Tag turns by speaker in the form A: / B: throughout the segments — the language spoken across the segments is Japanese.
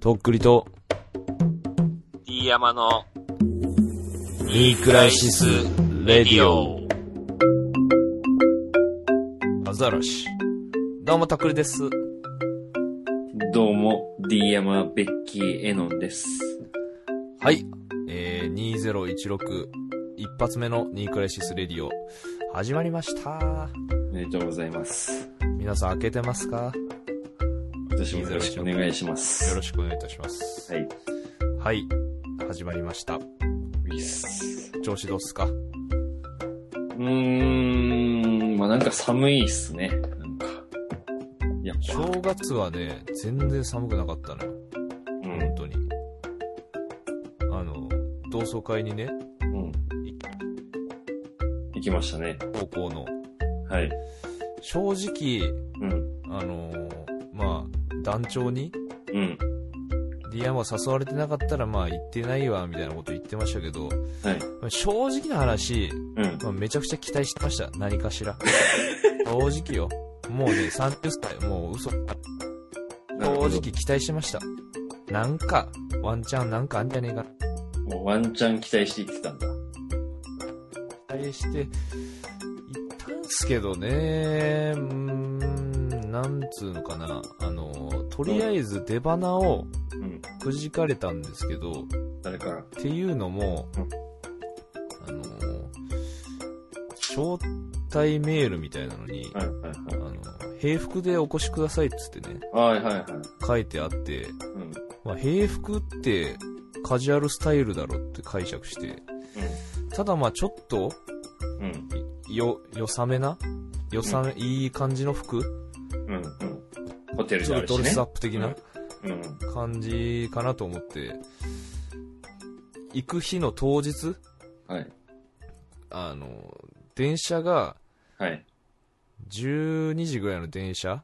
A: とっくりと、
B: D 山の
A: ニークライシス・レディオ。アザラシ。どうも、とっくりです。
C: どうも、D 山ベッキーエノンです。
A: はい。えー、2016、一発目のニークライシス・レディオ、始まりました。
C: おめでとうございます。
A: 皆さん、開けてますか
C: 今年もよろしくお願いします。
A: よろしくお願いいたします。
C: はい。
A: はい。始まりました。
C: ウィス。
A: 調子どうっすか
C: うーん、まあなんか寒いっすね。なんか。やっぱ。
A: 正月はね、全然寒くなかったのよ。
C: うん、
A: 本当に。あの、同窓会にね、
C: うん。行きましたね。
A: 高校の、
C: はい。
A: 正直、
C: うん。
A: あのーまあ、団長に、
C: うん。
A: D アンは誘われてなかったら、まあ、行ってないわ、みたいなこと言ってましたけど、
C: はい。
A: まあ正直な話、
C: うん。
A: まあ、めちゃくちゃ期待してました。何かしら。正直よ。もうね、30歳、もう嘘。正
C: なるほど
A: 直。期待してました。なんか、ワンチャンなんかあんじゃねえか
C: もうワンチャン期待して行ってたんだ。
A: 期待して、行ったんすけどね、うーん、なんつうのかな。あの、とりあえず出花を
C: うん。
A: くじかれたんですけど、
C: 誰から
A: っていうのも、
C: うん
A: あの招待メールみたいなのに、
C: はいはい
A: あの平服でお越しくださいっつってね
C: はい。はいはいはい。
A: 書いてあって、
C: うん。
A: まあ、平服ってカジュアルスタイルだろって解釈してただまあちょっと
C: うん。
A: よよさめなよさめ、いい感じの服
C: うん。うん。うん。ホテル
A: ち
C: で
A: ょ
C: あ
A: っ
C: る
A: と
C: し
A: ドレ
C: ね
A: スアッ。プ的な
C: うん。
A: 感じかなと思って、行く日の当日
C: はい。
A: あの電車が
C: はい。
A: 12時ぐらいの電車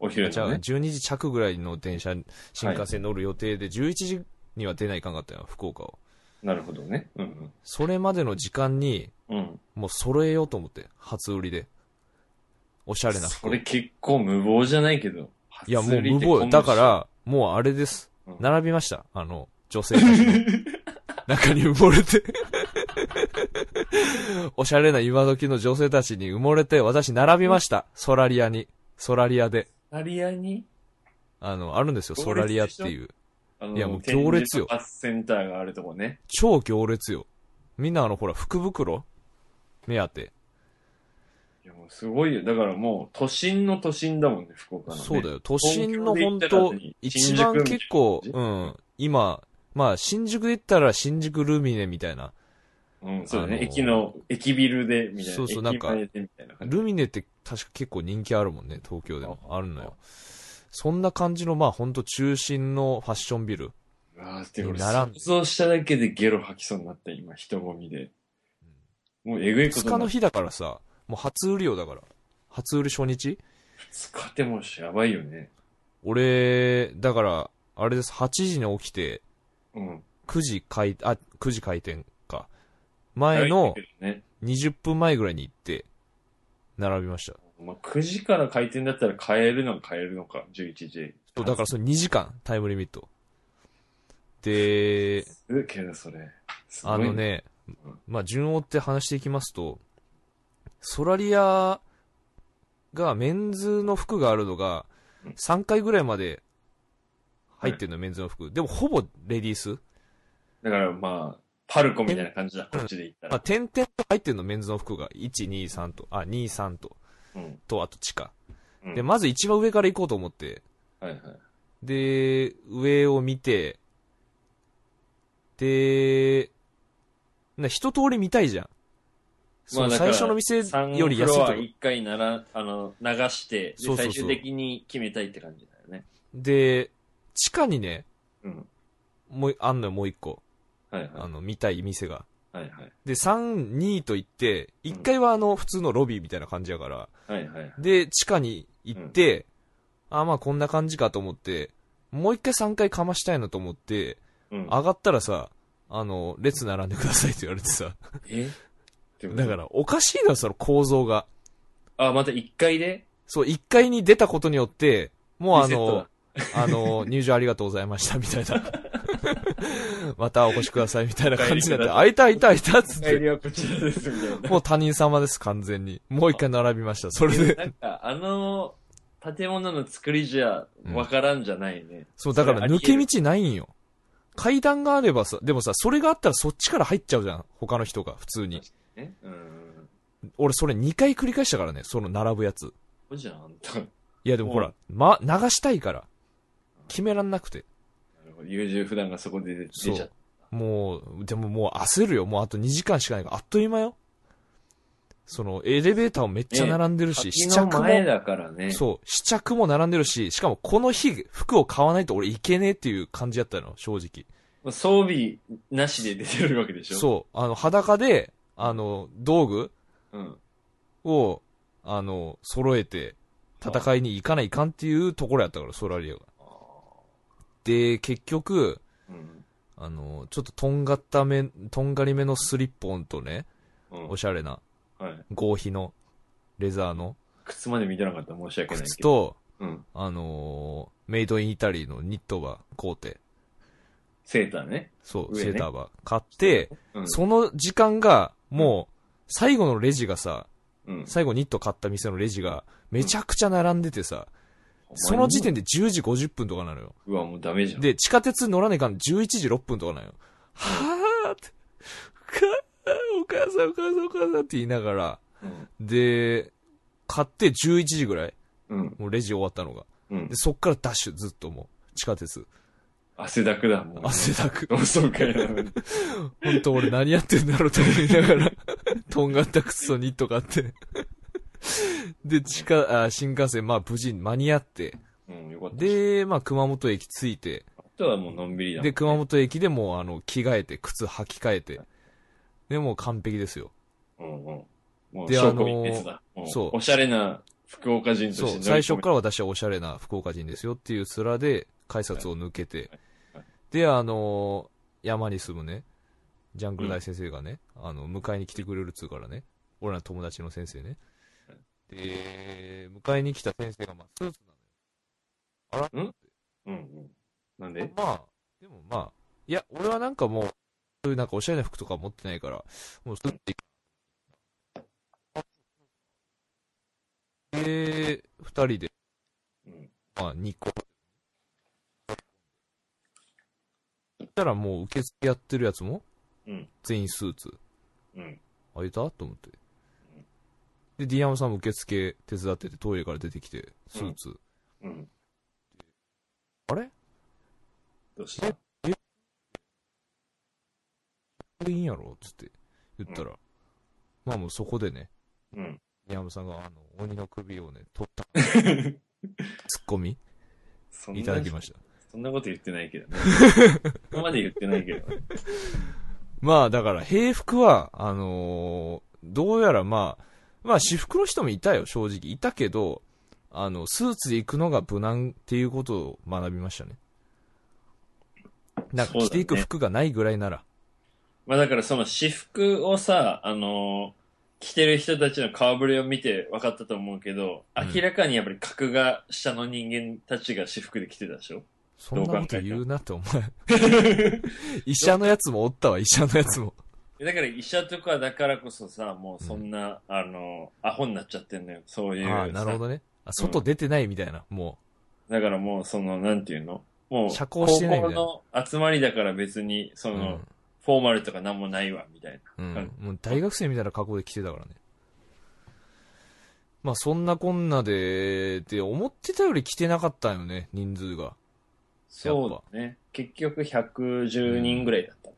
C: お昼
A: じゃ
C: の
A: あ
C: ね。
A: 12時着ぐらいの電車新幹線乗る予定で、11時には出ないかんかったよ福岡を
C: なるほどね。うん
A: それまでの時間に
C: うん。うん。
A: もう揃えようと思って初売りでおしゃれな服
C: それ結構無謀じゃないけど。
A: いやもう無
C: 初売りってこ
A: 謀
C: ん
A: よ
C: な
A: だからもうあれです、
C: うん
A: 並びましたあの女性たちの 中に埋もれておしゃれな今時の女性たちに埋もれて私並びましたソラリアにソラリアで
C: ソラリアに、
A: あのあるんですよソラリアっていう
C: あの
A: いやもう行列よ
C: 展示とバスセンターがあるとこね。
A: 超行列よ。みんなあの、ほら、福袋目当て。
C: いやもうすごいよ。だからもう都心の都心だもんね、福岡の、ね。
A: そうだ
C: よ。
A: よ。都心の本
C: 東京
A: 当
C: で行ったら
A: 一番結構、
C: 新宿みたいな
A: うん、今、まあ、新宿で言ったら新宿ルミネみたいな。
C: うん、そうだ
A: あ
C: ね。
A: のー
C: 駅の、駅ビルで、みたいな。
A: そうそうなんか
C: 駅前でみたいな感じ。
A: ルミネって確か結構人気あるもんね、東京でも。あるのよ。そんな感じの、まあ、本当中心のファッションビル。
C: うわーって俺、
A: 並
C: 想
A: んで
C: 像しただけでゲロ吐きそうになった、今、人混みで。もうえぐいこ
A: 2
C: と
A: 日
C: にな
A: の
C: って。
A: 日だからさ、もう初売りよだから。初売り初日
C: 2日ってもうやばいよね。
A: 俺、だから、あれです、8時に起きて、
C: うん。
A: 9時開、あ、9時開店か。前の
C: ね。
A: 20分前ぐらいに行って、並びました。
C: まあ、9時から開店だったら買えるのは買えるのか、11時。
A: そうだからその2時間、タイムリミット。で、
C: すげえけど、それ。すごい
A: あの。ね
C: うん、
A: まあ、順を追って話していきますと、ソラリアが、メンズの服があるのが
C: うん、
A: 3回ぐらいまで入ってんの、メンズの服。でも、ほぼレディース。
C: だからまあ、パルコみたいな感じだ、こっちで言った
A: まあ、
C: ら。
A: 点々と入ってんの、メンズの服が。1、2、3と、あ、2、3と、
C: うん。
A: と、あと地下。
C: うん
A: で、まず一番上から行こうと思って、
C: はいはい。
A: で、上を見て、で、な一通り見たいじゃん。その
C: だから
A: 最初の店より安いとこ
C: 三フロア一回なら、あの、流して、で
A: そうそうそう
C: 最終的に決めたいって感じだよね。
A: で、地下にね、
C: うん。
A: もう、あんのよ、もう一個。
C: はいはい。
A: あの、見たい店が。
C: はいはい。
A: で、3、2と行って、
C: ん
A: 1階はあの、普通のロビーみたいな感じやから。
C: はいはい。
A: で、地下に行って、あ、まあこんな感じかと思って、もう一回3階かましたいなと思って、
C: うん。
A: 上がったらさ、あの、列並んでくださいって言われてさ。
C: えってこと
A: だから、おかしいな、その構造が。
C: あ、また一回で
A: そう、1階に出たことによって、もうあ
C: リセット
A: の
C: だ、
A: あの、入場ありがとうございました、みたいな。 またお越しください、みたいな感じになって、あ、いた、いた、いた、つっ
C: 帰
A: て。
C: りはこちらです、みたいな。
A: もう他人様です、完全に。もう一回並びました、それ
C: な
A: で。
C: んか、あの、建物の作りじゃ、わからんじゃないね。
A: そう、だから
C: それあ
A: 抜
C: りえ
A: け
C: る
A: 道ないんよ。階段があればさ、でもさ、それがあったらそっちから入っちゃうじゃん、他の人が、普通に。
C: ね。うん。
A: 俺、それ2回繰り返したからね、その並ぶやつ。
C: こじゃん、あんた。ない
A: や、でもほら、ま、流したいから。決めらんなくて。
C: るほど優柔不断がそこで出ち
A: そ
C: ゃった
A: う。。もう、でももう焦るよ。もうあと2時間しかないから、あっという間よ。その、エレベーターもめっちゃ並んでるし、試
C: 先の
A: 着
C: 前
A: も、
C: だからね。
A: そう、試着も並んでるし、しかもこの日、服を買わないと俺いけねえっていう感じだったの、正直。
C: 装備なしで出てるわけでしょ
A: そう、あの、裸で、あの、道具
C: う。ん。
A: を、あの、揃えて、戦いに行かないかんっていうところやったから、ソラリアが。
C: あ
A: で、結局、
C: ーうん。
A: あの、ちょっととんがっため、とんがりめのスリッポンとね、
C: うん
A: おしゃれな、
C: はい。
A: 合皮の、レザーの
C: 靴まで見てなかったら申し訳ないけど。
A: 靴。と、
C: うん。
A: あのーメイドインイタリーのニットは買うて、
C: セーターね。
A: そう、
C: 上ね
A: セーターは買って、
C: うん。
A: その時間が、もう、最後のレジがさ、
C: うん。
A: 最後ニット買った店のレジが、めちゃくちゃ並んでてさ、
C: お前
A: その時点で10時50分とかなのよ。
C: うわ、もうダメじゃん。
A: で、地下鉄乗らねえかん11時6分とかなのよ。はぁーって、お母さんお母さんお母さんって言いながら、
C: うん、
A: で、買って11時ぐらい、
C: うん。
A: もうレジ終わったのが。
C: うん
A: で、。そっからダッシュ、ずっともう。地下鉄。
C: 汗だくだ、もう。
A: 汗だく。
C: 同窓会なのに。
A: 本当俺何やってんだろうと思いながら、 とんがった靴とニット買って。で、地下、あ新幹線、まあ無事に間に合って。
C: うん、よかった。
A: で、まあ熊本駅着いて。
C: あとはもうのんびりだもん。
A: で、熊本駅でもうあの、着替えて、靴履き替えて。で、もう完璧ですよ。
C: うんうん。もう、
A: で
C: 証拠一徹だ。も
A: そう
C: おしゃれな福岡人と
A: そ
C: して
A: う、最初
C: ら。
A: から私はおしゃれな福岡人ですよっていう面で、改札を抜けて
C: はい。
A: で、あのー山に住むね、ジャングル大先生がね、あの、迎えに来てくれるっつうからね、俺らの友達の先生ね。で、迎えに来た先生が、まあ、スーツ
C: うんうん。
A: な
C: なん
A: の
C: で
A: よ。まあ、でもまあ、いや、俺はなんかもう、そういうなんかおしゃれな服とか持ってないから、もうスーツで行く。で、二人で、
C: うん。
A: まあ、2個。そしたらもう受付やってるやつも、
C: うん
A: 全員スーツ。
C: うん。
A: あ、いたと思って。で、ディアムさんも受付手伝ってて、トイレから出てきて、スーツ。
C: うん。
A: あれ
C: どうした
A: これいいんやろつって言ったら、まあもうそこでね、
C: うん。
A: ディアムさんがあの、鬼の首をね、取った。ツッコミ
C: そんない
A: ただきました。
C: そんなこと言ってない けどね。そこまで言ってないけど。
A: まあだから、平服は、あのーどうやらまあ、まあ私服の人もいたよ、正直。いたけど、あの、スーツで行くのが無難っていうことを学びましたね。なんか
C: そうだね
A: 着ていく服がないぐらいなら。
C: まあだからその私服をさ、あのー着てる人たちの顔ぶれを見て分かったと思うけど、
A: うん
C: 明らかにやっぱり格が下の人間たちが私服で着てたでしょ
A: そんなこと言うなって、お前。 医者のやつもおったわ、医者のやつも。
C: だから医者とかだからこそさ、もうそんな、あのーアホになっちゃってんのよ。そういうさ。
A: ああ、なるほどね。あ外出てないみたいな、も
C: だからもうその、なんていうのもう、
A: 社交してないみ
C: 高
A: たいな。
C: 校の集まりだから別に、そう
A: う
C: の、
A: ん。
C: フォーマルとかなんもないわ、みたいな。
A: うん、もう大学生みたいな格好で来てたからね。まあそんなこんなで、で、思ってたより来てなかったよね、人数が。
C: そうだね。結局110人ぐらいだったね。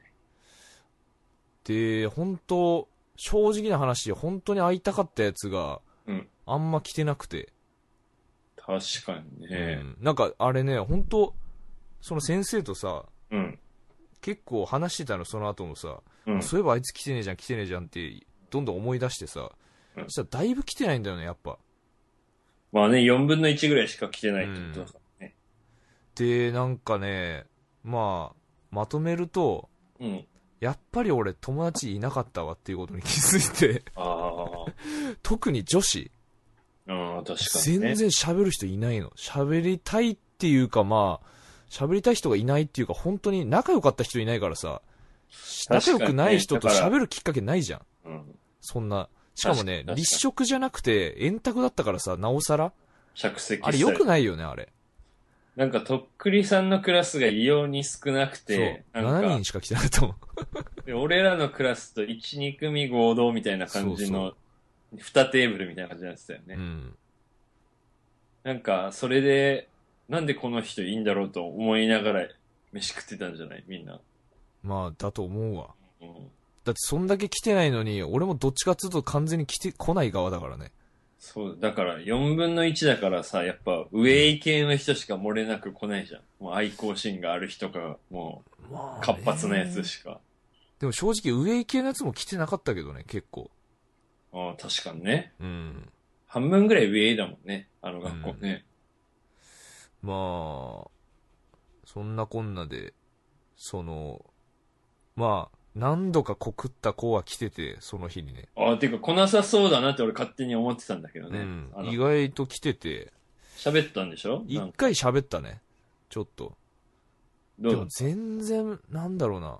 A: で、本当正直な話、本当に会いたかったやつが、
C: うん
A: あんま来てなくて、
C: 確かにね
A: う。んなんかあれね、本当その先生とさ、
C: うん。
A: 結構話してたの、その後もさ、
C: うん。
A: そういえばあいつ来てねえじゃん、来てねえじゃんって、どんどん思い出してさ、
C: うん
A: そしたらだいぶ来てないんだよね、やっぱ。
C: まあね、4分の1ぐらいしか来てないってことだからね。
A: で、なんかね、まあ、まとめると、
C: うん。
A: やっぱり俺友達いなかったわっていうことに気づい て、
C: ああ
A: 特に女子、
C: ああ、確かに
A: 全
C: ね。
A: 然喋る人いないの。喋りたいっていうかまあ、喋りたい人がいないっていうか、本当に仲良かった人いないからさ、
C: 確
A: 仲
C: か
A: 良
C: にね
A: くない人と
C: だから
A: 喋るきっかけないじゃん。
C: うん。
A: そんな。しかもね
C: 確か、に
A: 立食じゃなくて、円卓だったからさ、なおさら
C: 着席
A: あれ
C: した
A: 良
C: り
A: くないよね、あれ。
C: なんか、とっくりさんのクラスが異様に少なく
A: そう。
C: て、なん
A: 7
C: か
A: 人、しか来てないと思う。
C: で俺らのクラスと1、2組合同みたいな感じの、2テーブルみたいな感じになってたよね。
A: うん。
C: なんか、それで、なんでこの人いいんだろうと思いながら飯食ってたんじゃないみんな。
A: まあ、だと思うわ。
C: うん。
A: だってそんだけ来てないのに、俺もどっちかっつうと完全に来てこない側だからね。
C: そう、だから4分の1だからさ、やっぱ上位系の人しか漏れなく来ないじゃん。もう愛好心がある人か、も
A: ま
C: う活発なやつしか。
A: でも正直上行系のやつも来てなかったけどね、結構。
C: ああ、確かにね。
A: うん。
C: 半分ぐらい上だもんね。あの学校ね。
A: まあ、そんなこんなで、その、まあ、何度か告った子は来てて、その日にね。
C: ああ、てか来なさそうだなって俺勝手に思ってたんだけどね。
A: うん
C: あ。
A: 意
C: の
A: 外と来てて、
C: 喋ったんでしょな
A: 一
C: んか
A: 回喋ったね。ちょっと。
C: ど
A: で
C: う
A: も全然、なんだろうな。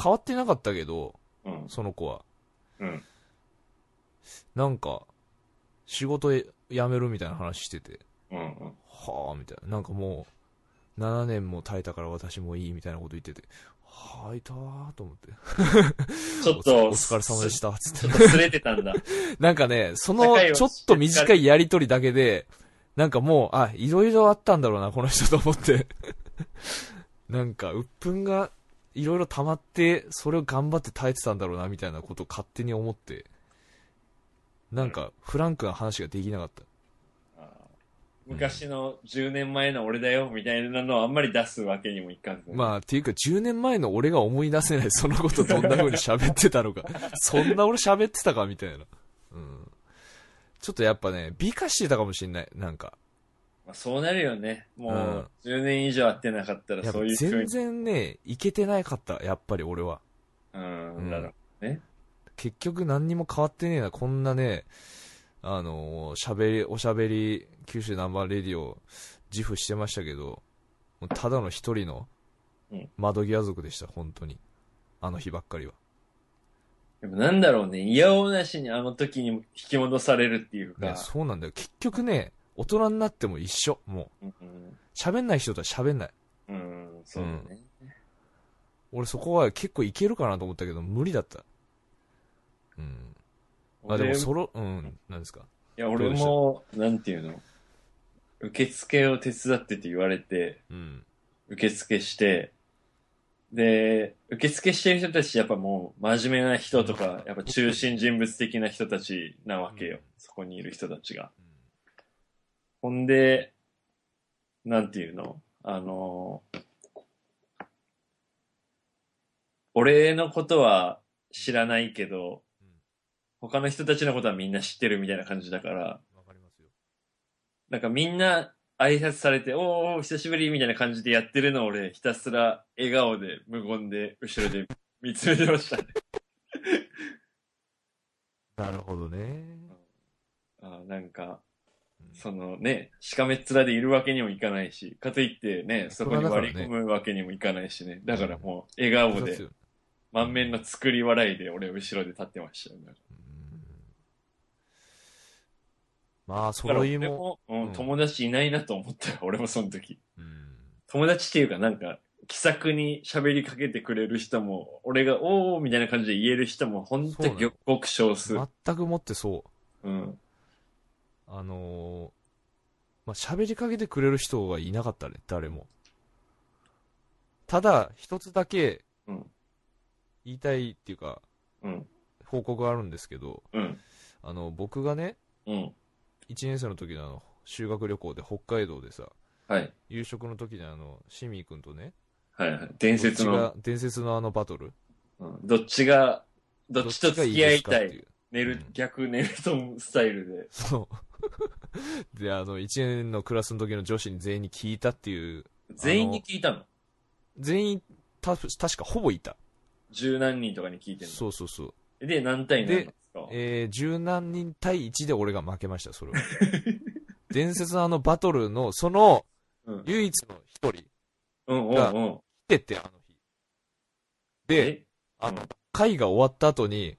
A: 変わってなかったけど、
C: うん。
A: その子は。
C: うん。
A: なんか、仕事辞めるみたいな話してて。
C: うんうん。
A: はあみたいななんかもう7年も耐えたから私もいいみたいなこと言っててはいたーと思って
C: ちょっと、
A: お疲れ様でしたつ
C: ち
A: っ
C: ょってと擦れてたんだ。
A: なんかねその
C: 仲良し
A: ちょっと短いやりとりだけでなんかもうあいろいろあったんだろうなこの人と思って なんか鬱憤がいろいろ溜まってそれを頑張って耐えてたんだろうなみたいなことを勝手に思ってなんかフランクな話ができなかった
C: あー昔の10年前の俺だよみたいなのをあんまり出すわけにもいかん、
A: まあ、っていうか、10年前の俺が思い出せない、 そのことどんな風に喋ってたのか。 そんな俺喋ってたか、みたいな。うん。ちょっとやっぱね、美化してたかもしんない、なんか。
C: まあそうなるよね。もう10年以上会ってなかったら
A: やっぱ
C: そういう風
A: 全
C: に。
A: 然ね、いけてなかった、やっぱり俺は。
C: うん、
A: うん
C: なる
A: 結局何にも変わってねえな、こんなね、あのー、喋り、おしゃべり、九州ナンバーレディを自負してましたけど、もうただの一人の
C: うん
A: 窓際族でした、本当に。あの日ばっかりは。
C: でもなんだろうね。いやおうなしにあの時に引き戻されるっていうか。
A: ね、そうなんだよ。結局ね、大人になっても一緒。もう、
C: うん、
A: 喋んない人とは喋んない。
C: うん、そうだね。
A: 俺そこは結構いけるかなと思ったけど、無理だった。うん。あ、で
C: 俺
A: もそろ、うん、なんですか。
C: いや、俺も、なんていうの。受付を手伝ってって言われて、
A: うん。
C: 受付して、で、受付してる人たち、やっぱもう真面目な人とか、やっぱ中心人物的な人たちなわけよ。
A: うん
C: そこにいる人たちが。ほんで、なんていうのあの、俺のことは知らないけど
A: うん、
C: 他の人たちのことはみんな知ってるみたいな感じだから、
A: わかりますよ。
C: なんかみんな挨拶されて、おーおー久しぶりみたいな感じでやってるのを俺、ひたすら笑顔で、無言で、後ろで見つめてま したね。
A: なるほどね。
C: あーなんか、
A: うん
C: そのね、しかめっ面でいるわけにもいかないし、かといってね、そこに割り込むわけにもいかないしね。だからもう、笑顔
A: 複雑
C: で
A: よ、
C: 満面の作り笑いで俺後ろで立ってましたよ、ね。
A: うんまあ、
C: だから
A: 揃い
C: 俺
A: も、
C: も、うん
A: うん
C: 友達いないなと思ったよ、俺もその時。
A: うん。
C: 友達っていうかなんか、気さくに喋りかけてくれる人も、俺がおーみたいな感じで言える人も、ほん
A: そう
C: と
A: なの
C: ごく少数。
A: 全くもってそう。
C: うん。
A: あのー、まあ、喋りかけてくれる人がいなかったね、誰も。ただ、一つだけ、
C: うん
A: 言いたいっていうか、
C: うん。
A: 報告があるんですけど、
C: うん。
A: あの、僕がね、
C: うん。
A: 1年生の時のあの、修学旅行で北海道でさ、
C: はい。
A: 夕食の時にあの、シミー君とね、
C: はいはい。伝説
A: どっち
C: の、
A: が伝説のあのバトル。
C: うんどっちが、どっちと
A: が
C: 付き合
A: で
C: い
A: すかったて
C: い。
A: う。
C: 寝
A: う
C: る
A: ん、
C: 逆寝るとスタイルで。
A: そう。 で、あの、1年のクラスの時の女子に全員に聞いたっていう、
C: 全員に聞いたの
A: 全員、た、確かほぼいた。
C: 十何人とかに聞いてん
A: そうそうそう。
C: の。で、何対何なんですか
A: えー、十何人対1で俺が負けました、それは。伝説のあのバトルの、その、
C: うん
A: 唯一の一人来
C: うん、うん、うん。
A: てて、あの日。で、
C: え
A: あ
C: う
A: の
C: ん、
A: 会が終わった後に、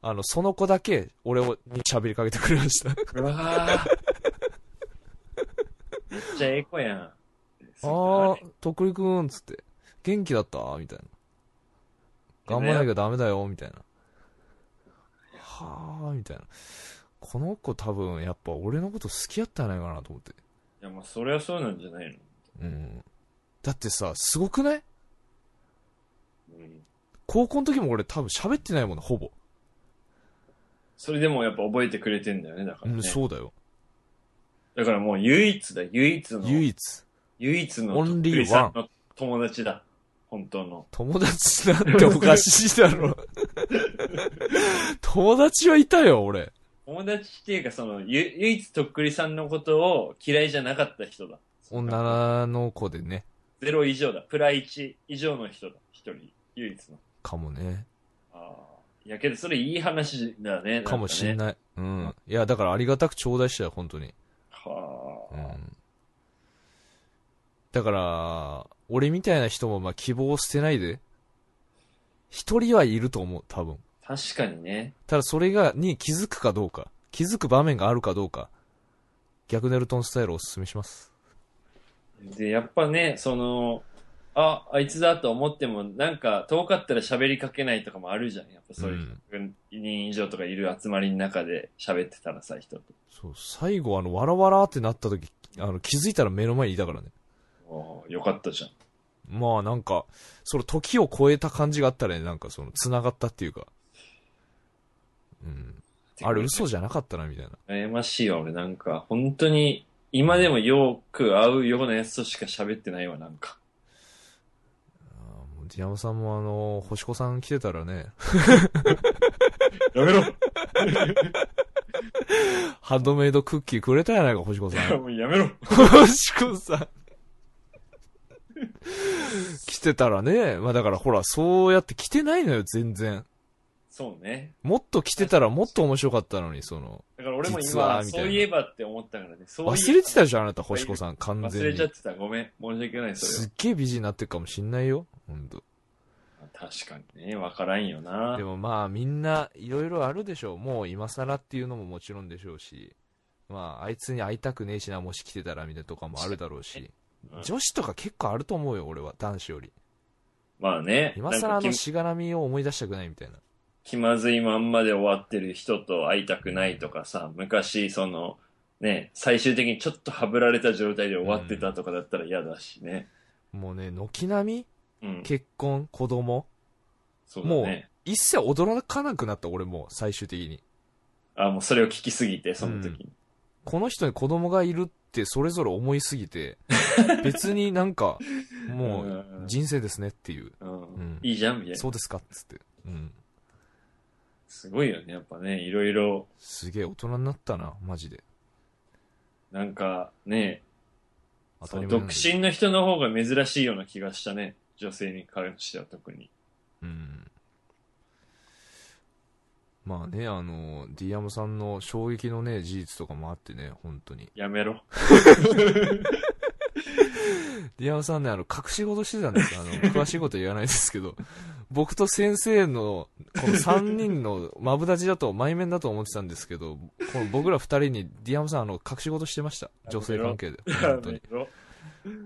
A: あの、その子だけ、俺を、に喋りかけてくれま した。
C: うわぁ。めっちゃええ子やん。
A: あー、とっくりくん、つって。元気だったみたいな。頑張らなきゃダメだよ、みたいな。はー、みたいな。この子多分、やっぱ俺のこと好きやったんじゃないかなと思って。
C: いや、まあ、それはそうなんじゃないの
A: うん。だってさ、すごくない
C: うん。
A: 高校の時も俺多分喋ってないもんね、ほぼ。
C: それでもやっぱ覚えてくれてんだよね、だか
A: う
C: ら、ね。
A: ん、そうだよ。
C: だからもう唯一だ、唯一の。
A: 唯
C: 唯一。
A: 一。
C: の。
A: オンリーワン
C: ン。の友達だ。本当の。
A: 友達なんておかしいだろ。友達はいたよ、俺。
C: 友達っていうか、その、ゆ唯一とっくりさんのことを嫌いじゃなかった人だ。
A: 女の子でね。
C: ゼロ以上だ。プラ1以上の人だ。一人。唯一の。
A: かもね。
C: ああ。いやけど、それいい話だね。
A: かもしん
C: い。
A: ない。うん。いや、だからありがたく頂戴したよ、本当に。
C: は
A: う
C: あ。
A: ん。だから、俺みたいな人も、まあ、希望を捨てないで。一人はいると思う、多分。
C: 確かにね。
A: ただそれが、に気づくかどうか、気づく場面があるかどうか、逆ネルトンスタイルをおすすめします。
C: で、やっぱね、その、あ、あいつだと思っても、なんか、遠かったら喋りかけないとかもあるじゃん。やっぱそういう100人以上とかいる集まりの中で喋ってたらさ、人と。
A: そう、最後あの、わらわらってなった時、あの、気づいたら目の前にいたからね。
C: おーよかったじゃん。
A: まあなんか、その時を超えた感じがあったね、なんかその、繋がったっていうか。うん。あれ嘘じゃなかったな、みたいな。
C: 羨ましいわ、俺なんか。本当に、今でもよく会うようなやつとしか喋ってないわ、なんか。
A: あーもうディアムさんもあの、星子さん来てたらね、
C: やめろ
A: ハンドメイドクッキーくれたやないか、星子さん。
C: もうやめろ
A: 星子さん。来てたらね、まあだからほら、そうやって来てないのよ、全然。
C: そうね。
A: もっと来てたらもっと面白かったのに、その、
C: だから俺も
A: 実はみ
C: 今、
A: たい
C: そ
A: な
C: ういえばって思ったからね。そういえば
A: 忘れてたじゃん、あなた、星子さん、完
C: 忘
A: 全
C: れちゃっ
A: に。
C: てた。ごめん。申し訳ない、それ
A: すっげえ美人になってるかもしんないよ、ほんと。
C: は。確かにね、わからんよな
A: で。もまあみんないろいろあるでしょう。もう今更っていうのももちろんでしょうし、まああいつに会いたくねえしな、もし来てたらみたいなとかもあるだろうし
C: う、ん
A: 女子とか結構あると思うよ、俺は、男子より。
C: まあね。
A: 今更
C: な
A: あ
C: んか
A: の
C: 気
A: しがらみを思い出したくないみたいな。
C: 気まずいまんまで終わってる人と会いたくないとかさ、昔、その、ね、最終的にちょっとはぶられた状態で終わってたとかだったら嫌だしね。
A: もうね、軒並
C: うん
A: み、。結婚、子供、
C: そうだ
A: もう
C: ね。
A: 一切驚かなくなった、俺もう、最終的に。
C: あ、もうそれを聞きすぎて、その時に。
A: この人に子供がいるってそれぞれ思いすぎ て、別になんか、もう人生ですねっていう。
C: うん。
A: うん
C: いいじゃん、みたいな。
A: そうですかっつって。うん。
C: すごいよね、やっぱね。いろいろ、
A: すげえ大人になったな、マジで。
C: なんか、ね、
A: 当た
C: そ
A: り
C: の
A: 前なん
C: 独
A: だけど
C: 身の人の方が珍しいような気がしたね。女性に関しては特に。
A: うん。まあね、あの、ディアムさんの衝撃のね、事実とかもあってね、本当に。
C: やめろ。
A: ディアムさんね、あの、隠し事してたんですあの、 詳しいことは言わないですけど、僕と先生の、この3人のマブダチだと、前面だと思ってたんですけど、この僕ら2人にディアムさん、あの、隠し事してました。女性関係で。
C: や
A: 本当
C: め
A: に。
C: ろ。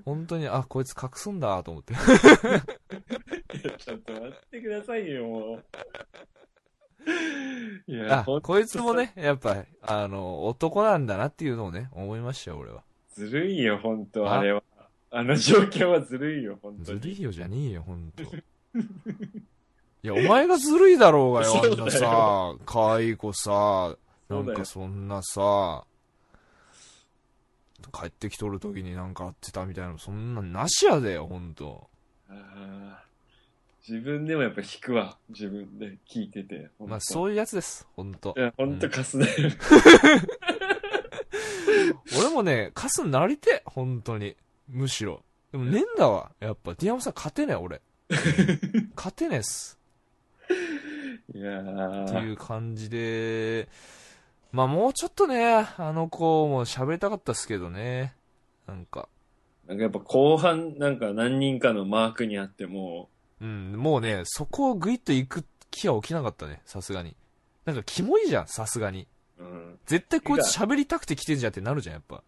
A: 本当に、あ、こいつ隠すんだ、と思って。
C: ちょっと待ってくださいよ、もう。いや、
A: あ
C: ほん、と
A: こいつもね、やっぱ、あの、男なんだなっていうのをね、思いましたよ、俺は。
C: ずるいよ、本当
A: あ
C: あれは。あの状況はずるいよ、本当
A: ずる
C: に。
A: いよじゃねえよ、ほんと。いや、お前がずるいだろうがよ、あ
C: そうんだよ
A: なさ、可愛い子さ、な
C: そうんだよ
A: かそんなさ、帰ってきとる時になんか会ってたみたいな、そんなんなしやでよ、ほんと。
C: あー自分でもやっぱ引くわ、自分で聞いてて。
A: まあ、
C: う。
A: そういうやつです、ほんと
C: い。や、本当カスだよ。
A: 俺もね、カスになりてえ、ほんとに。むしろ。でもねえんだわ、やっぱ。ディアムさん勝てねえ、 俺。勝てねえっす。
C: いや
A: って
C: ー
A: いう感じで、まあもうちょっとね、あの子も喋りたかったっすけどね。なんか、
C: なんかやっぱ後半なんか何人かのマークにあっても
A: うん、もうね、そこをグイッと行く気は起きなかったね、さすがに。なんかキモいじゃん、さすがに。
C: う、うん。
A: 絶対こいつ喋りたくて来てんじゃんってなるじゃん、やっぱ。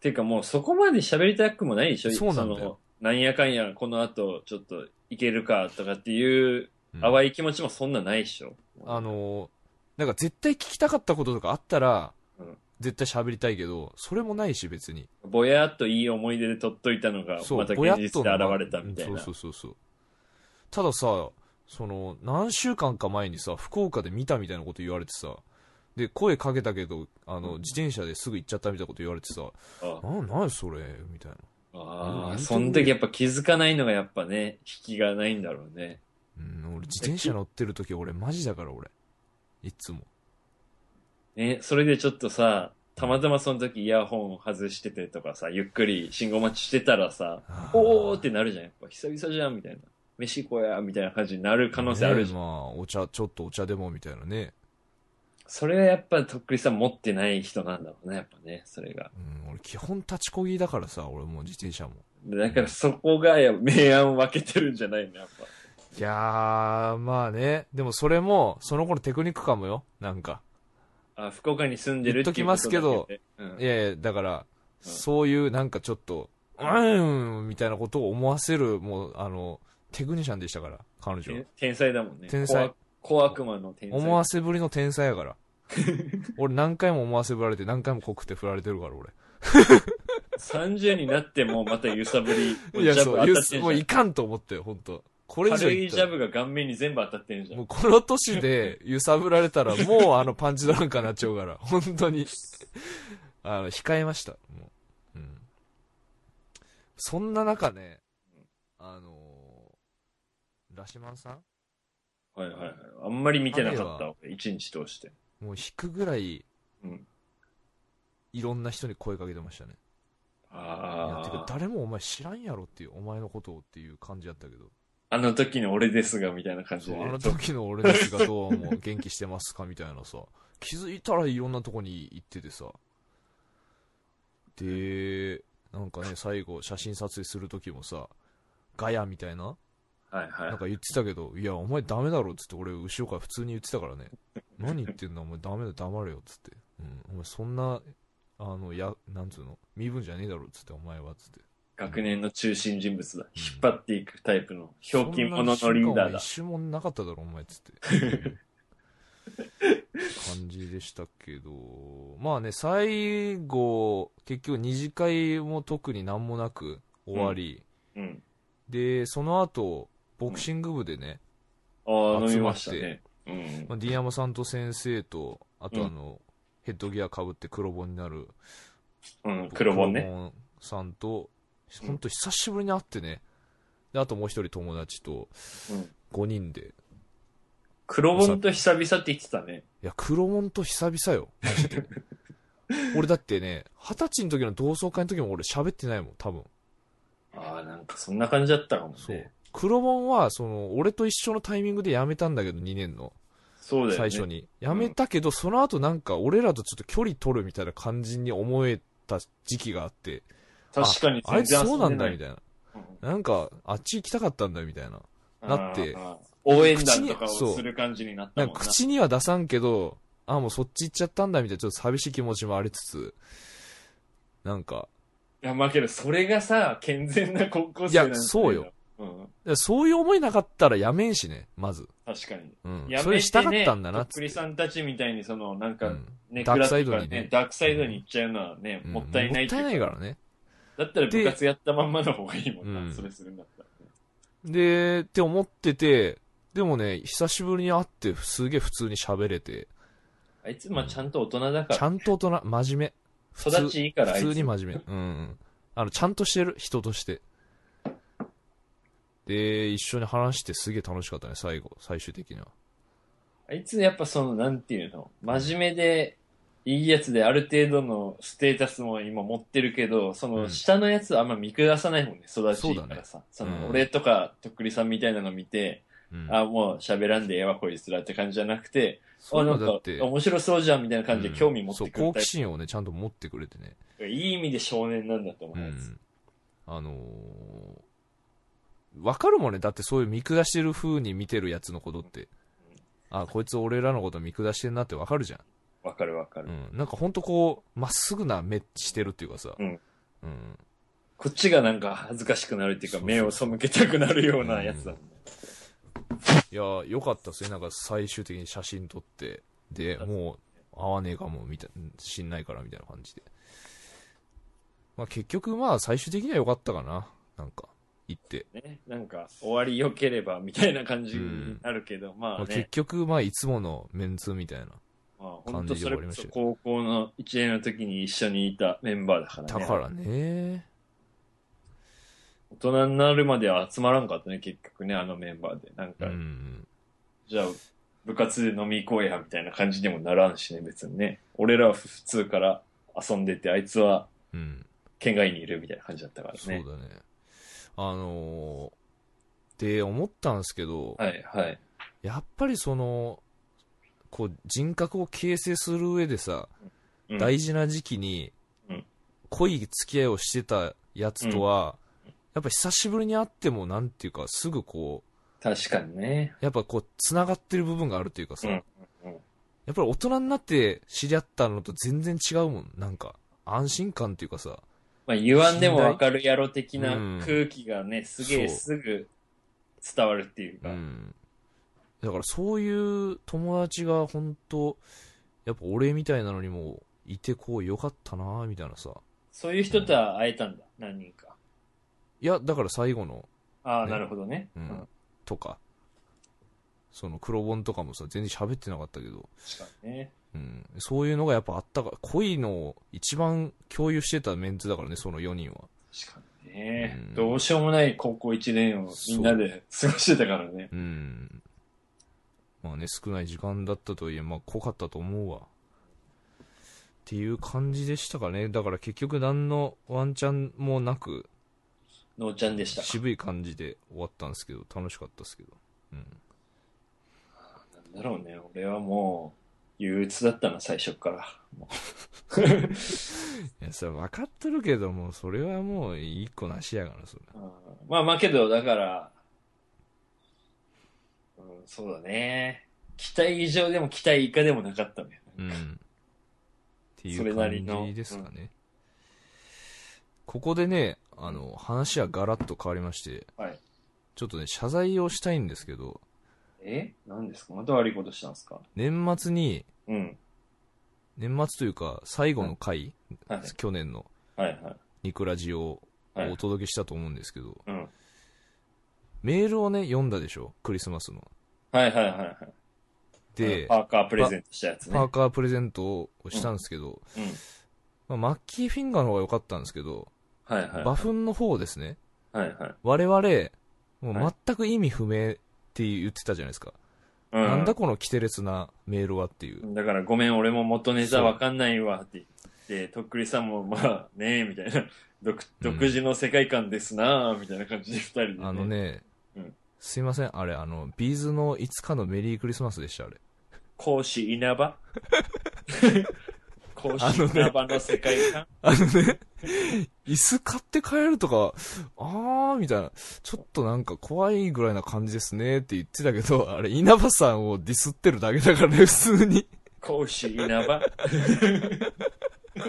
C: ていうかもうそこまで喋りたくもないでしょ
A: そうなんだよ
C: のなんやかんやこの後ちょっといけるかとかっていう
A: うん
C: 淡い気持ちもそんなないでしょ。
A: あのーなんか絶対聞きたかったこととかあったら、
C: うん
A: 絶対喋りたいけど、それもないし別に。
C: ぼやっといい思い出で撮っといたのが、また現
A: ぼやっ
C: 実で現
A: とのが
C: れたみたい
A: うん
C: な
A: そう。そうそうそう。たださ、その、何週間か前にさ、福岡で見たみたいなこと言われてさ、で、声かけたけど、あの、自転車ですぐ行っちゃったみたいなこと言われてさ、
C: あ
A: な、なにそれみたいな。
C: あ
A: う
C: あ、
A: ん
C: その時やっぱ気づかないのがやっぱね、引きがないんだろうね。
A: うん、俺自転車乗ってる時俺マジだから俺。いつも。
C: ね、それでちょっとさ、たまたまその時イヤホンを外しててとかさ、ゆっくり信号待ちしてたらさ、おーってなるじゃん。やっぱ久々じゃんみたいな。飯行こうや、みたいな感じになる可能性あるじゃん。
A: ねえまあ、お茶、ちょっとお茶でもみたいなね。
C: それはやっぱとっくりさん持ってない人なんだろうね、やっぱね、それが。
A: うん、俺基本立ちこぎだからさ、俺もう自転車も。
C: でだからそこがや明暗を分けてるんじゃないの、やっぱ。
A: いやー、まあね。でもそれも、その頃テクニックかもよ。なんか。
C: あ、福岡に住んでるっていうことだけで。うん
A: いやいや、だから、
C: うん
A: そういうなんかちょっと、うーん、みたいなことを思わせる、もう、あの、テクニシャンでしたから、彼女。
C: 天天才だもんね。
A: 天才
C: 小悪。小悪魔の天才。
A: 思わせぶりの天才や から。俺何回も思わせぶられて、何回も濃くて振られてるから、俺。
C: 30になってもまた揺さぶり。
A: いや、
C: ジャブ
A: そう、
C: 当
A: ゆ
C: たってんじゃん
A: もういかんと思ったよ、本当これ以上
C: 軽
A: 言
C: い
A: った
C: ジ
A: ら
C: ャブが顔面に全部当たってんじゃ
A: も
C: ん
A: う。この年で揺さぶられたら、もうあのパンチドランカーになっちゃうから、本当に。あの、控えました、もう。うん。そんな中ね、あのーラシマンさん
C: はいはいはい。あんまり見てなか
A: 彼
C: った、俺一日通して。
A: もう引くぐらい、
C: うん
A: いろんな人に声かけてましたね。いや、
C: あ
A: てか
C: あ。
A: 誰もお前知らんやろっていう、お前のことをっていう感じだったけど。
C: あの時の俺ですが、みたいな感じ
A: そ
C: で
A: う、あ。の時の俺たちがどうも元気してますかみたいなさ、気づいたらいろんなとこに行っててさ、で、なんかね、最後、写真撮影する時もさ、ガヤみたいな、
C: はいはい
A: なん。か言ってたけど、いや、お前ダメだろっつって、俺、後ろから普通に言ってたからね、何言ってんだ、お前ダメだ、黙れよっつって、うん、お前そんな、あの、や、なんつうの、身分じゃねえだろっつって、お前はっつって。
C: 学年の中心人物だ。引っ張っていくタイプの、ひょうきん者
A: そ
C: の
A: んな
C: リ
A: に
C: ーダーだ
A: 一。瞬もなかっただろ、お前っつって。感じでしたけど、まあね、最後、結局二次会も特になんもなく終わり、
C: うん。
A: で、その後、ボクシング部でね、
C: ああ、飲
A: 集
C: み
A: ま
C: ま
A: っ
C: してたね。うん
A: ま。あ、D 山さんと先生と、あと
C: うん
A: あの、ヘッドギア被って黒本になる、
C: うん、黒本ね。
A: ボンさんと、
C: うん
A: 本当久しぶりに会ってね、で、あともう一人友達と
C: うん
A: 5人で、
C: 黒本と久々って言ってたね。
A: いや、黒門と久々よ。マジで。俺だってね、二十歳の時の同窓会の時も俺喋ってないもん、多分。
C: ああ、なんかそんな感じだったかも
A: そう
C: ね。。
A: 黒門は、その、俺と一緒のタイミングで辞めたんだけど、2年の。
C: そうだよ
A: 最
C: ね。
A: 初に。辞めたけど、その後なんか、俺らとちょっと距離取るみたいな感じに思えた時期があって。
C: 確かに
A: あいつそうなんだ、
C: 遊
A: み
C: で
A: たいな。なんか、あっち行きたかったんだ、みたいな。
C: い
A: なって。
C: あー応援団とか
A: 口にそ
C: を
A: う
C: する感じになった
A: な
C: も
A: ん
C: んな。
A: か口には出さんけど、あ、もうそっち行っちゃったんだみたいな、ちょっと寂しい気持ちもありつつ、なんか、
C: いや、まあけど、それがさ、健全な高校生なんだ
A: いやそうよ。
C: うん。
A: でそういう思いなかったらやめんしね、まず。
C: 確かに。
A: うん。
C: や
A: それしたかったんだなっ
C: とっ
A: つ
C: く
A: って
C: りさんたちみたいに、その、なん
A: う
C: か、
A: ん
C: ネ
A: ダーク
C: クラ
A: サイ
C: と
A: ド
C: か
A: にね
C: ね、ダークサイドに行っちゃうのはね、
A: うん
C: もったいないって
A: もった
C: いう
A: いないからね。
C: だったら部活やったまんまの方がいいもんな、
A: うん
C: それするんだったらね。
A: で、って思ってて、でもね、久しぶりに会って、すげえ普通に喋れて、
C: あいつ、まあちゃんと大人だか
A: ち
C: ら、
A: ゃんと大人、真面目。
C: 育ちいいから、あい
A: 普通に
C: つ。
A: 真面目。うんうん。あの、ちゃんとしてる、人として。で、一緒に話してすげえ楽しかったね、最後、最終的には。
C: あいつ、やっぱその、なんていうの、真面目で、いいやつである程度のステータスも今持ってるけど、そ
A: うん
C: の下のやつはあんま見下さないもんね、育ちい
A: そ
C: い
A: う
C: か
A: だね
C: らさ。そ,、
A: うん
C: の、俺とか、とっくりさんみたいなの見て、
A: うん。
C: あ、もう喋らんでええわ、こいつらって感じじゃなくて、
A: そ
C: あ、
A: うい
C: な
A: うんのだ
C: か
A: って、、
C: 面白そうじゃんみたいな感じで興味持ってく
A: うんそ
C: る
A: う、好
C: タイ
A: 奇心をね、ちゃんと持ってくれてね。
C: プ。いい意味で少年なんだと思
A: う
C: うやつ。
A: ん。あのー、わかるもんね。だってそういう見下してる風に見てるやつのことって。あ、こいつ俺らのこと見下してんなってわかるじゃん。
C: わかるわかる、
A: うん。なんかほんとこう、まっすぐな目してるっていうかさ。
C: うん
A: うん
C: こっちがなんか恥ずかしくなるっていう
A: そう
C: か、
A: そう
C: 目を背けたくなるようなやつだもんね。
A: いやー、良かったっすね。なんか最終的に写真撮って、で、もう、合わねえかも、みたいな、しんないから、みたいな感じで。まあ結局、まあ最終的には良かったかな。なんか、行って。
C: ね、なんか、終わり良ければみたいな感じになるけど、ま
A: ま
C: あ
A: あ結
C: ね、
A: 局、まあいつものメンツみたいな。
C: まあ、本
A: 感
C: 当それ
A: じで終わり
C: こ
A: まし
C: そ
A: たよ
C: 高校の1年の時に一緒にいたメンバーだからね。
A: だからね。
C: 大人になるまでは集まらんかったね、結局ね、あのメンバーで。なん
A: う
C: か、
A: ん。
C: じゃあ、部活で飲み行こうや、みたいな感じにもならんしね、別にね。俺らは普通から遊んでて、あいつは
A: うん。
C: 県外にいるみたいな感じだったから
A: そう
C: ね。
A: だね。あのー、で、思ったんですけど、
C: はい、はい。
A: やっぱりその、こう、人格を形成する上でさ、
C: うん
A: 大事な時期に
C: うん、
A: 濃い付き合いをしてたやつとは、やっぱ久しぶりに会っても、なんていうか、すぐこう、
C: 確かにね。
A: やっぱこう、繋がってる部分があるっていうかさ、
C: うん
A: やっぱり大人になって知り合ったのと全然違うもん、なんか、安心感っていうかさ、
C: まあ、言わんでもわかるやろ的な
A: うん
C: 空気がね、すげえ
A: そう
C: すぐ伝わるっていう
A: う
C: か。
A: ん。だからそういう友達が本当やっぱ俺みたいなのにもいてこうよかったなみたいなさ。
C: そういう人とは会えたんだ、何人か。
A: いや、だから最後の、
C: ああ、
A: ね
C: なるほどね。
A: う、
C: うんん
A: とか、その黒本とかもさ、全然喋ってなかったけど、
C: 確かにね。
A: うん、そういうのがやっぱあったか、恋のを一番共有してたメンツだからね、その4人は。
C: 確かにね、
A: うん
C: どうしようもない高校1年をみんなで過ごしてたからね。
A: うん。まあね、少ない時間だったとはいえ、まあ濃かったと思うわ。っていう感じでしたかね。だから結局何のワンチャンもなく、
C: のーちゃんでしたか。
A: 渋い感じで終わったんですけど、楽しかったですけど。うん。
C: なんだろうね、俺はもう、憂鬱だったな、最初から。も
A: いや、それ分かってるけども、それはもう一個なしやから、それ。
C: ううんまあまあけど、だから、うん、そうだね。期待以上でも期待以下でもなかったね。
A: うん。ってい
C: それなり
A: う
C: の
A: 感じですかね。ここでね、あの、話はガラッと変わりまして、
C: はい
A: ちょっとね、謝罪をしたいんですけど、
C: え何ですかまた悪いことしたんですか
A: 年末に、
C: うん。
A: 年末というか、最後の回、
C: はい。
A: 去年の
C: はいはい。
A: ニクラジオを
C: はい
A: お届けしたと思うんですけど、
C: うん
A: メールをね、読んだでしょ、クリスマスの。
C: はいはいはいはい。
A: で、
C: パーカープレゼントしたやつね。
A: パーカープレゼントをしたんですけど、
C: うん。
A: まあ、マッキーフィンガーの方が良かったんですけど、
C: はいはい。
A: バフンの方ですね、
C: はいはい。
A: 我々、もう全く意味不明って言ってたじゃないですか。
C: うん。
A: なんだこのキテレツなメールはっていう。
C: だからごめん、俺も元ネタわかんないわって言って、とっくりさんもまあね、みたいな、 独独自の世界観ですな、みたいな感じで二人で、
A: あの。ね、
C: うん
A: すいません、あれ、あの、ビーズのいつかのメリークリスマスでした、あれ。
C: 講師稲 葉講
A: あ
C: 師
A: のね
C: 稲葉の世界観、
A: あのね、椅子買って帰るとか、あーみたいな、ちょっとなんか怖いぐらいな感じですねって言ってたけど、あれ、稲葉さんをディスってるだけだからね、普通に。
C: 講師稲葉。
A: な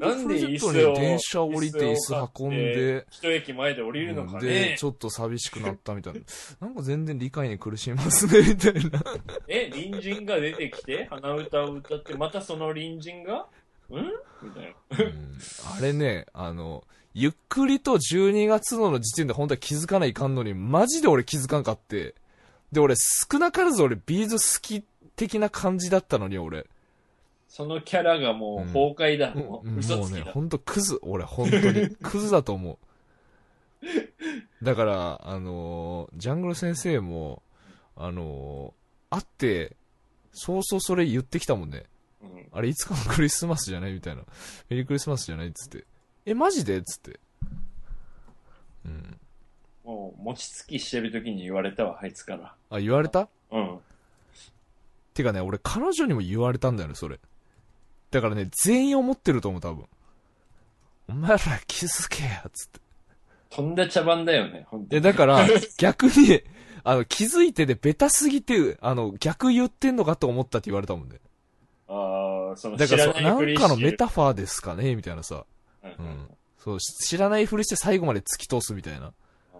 C: なんん
A: でプロ
C: で椅
A: ジェ
C: 子
A: ク
C: を
A: トに電車降りて椅
C: を
A: 子
C: 買
A: 運
C: っ
A: ん
C: て
A: で、
C: 一駅前で降りるのか
A: で
C: ね、
A: ち。ょっと寂しくなったみたいな。なんか全然理解に苦しみますね、みたいな。
C: え、隣人が出てきて、鼻歌を歌って、またその隣人が、んみたいな。
A: うんあれね、あの、ゆっくりと12月の時点で本当は気づかないかんのに、マジで俺気づかんかって。で、俺少なからず俺ビーズ好き的な感じだったのに、俺。
C: そのキャラがもう崩壊だ、
A: うんも
C: もう嘘
A: う
C: つき
A: ね
C: だ、。
A: 本当クズ。俺、本当に。クズだと思う。だから、あのージャングル先生も、あのー会って、そうそうそれ言ってきたもんね。
C: うん
A: あれ、いつかのクリスマスじゃないみたいな。メリークリスマスじゃないっつって。え、マジでっつって。うん。
C: もう、餅つきしてる時に言われたわ、あいつから。
A: あ、言われた
C: うん。
A: てかね、俺、彼女にも言われたんだよね、それ。だからね、全員思ってると思う、多分。おお前ら気づけや、つって。
C: とんだ茶番だよね、本当
A: で、
C: に。
A: だ から、逆に、あの、気づいてで、ベタすぎて、あの、逆言ってんのかと思ったって言われたもんね。
C: ああ、その
A: だ
C: 知
A: から
C: ら
A: そ
C: な
A: ない
C: ふ
A: ん
C: り
A: かの
C: して
A: メ
C: る。
A: タファーですかねみたいなさ。
C: う
A: うん
C: うん
A: ん。そう、し知らないふりして最後まで突き通すみたいな。
C: あ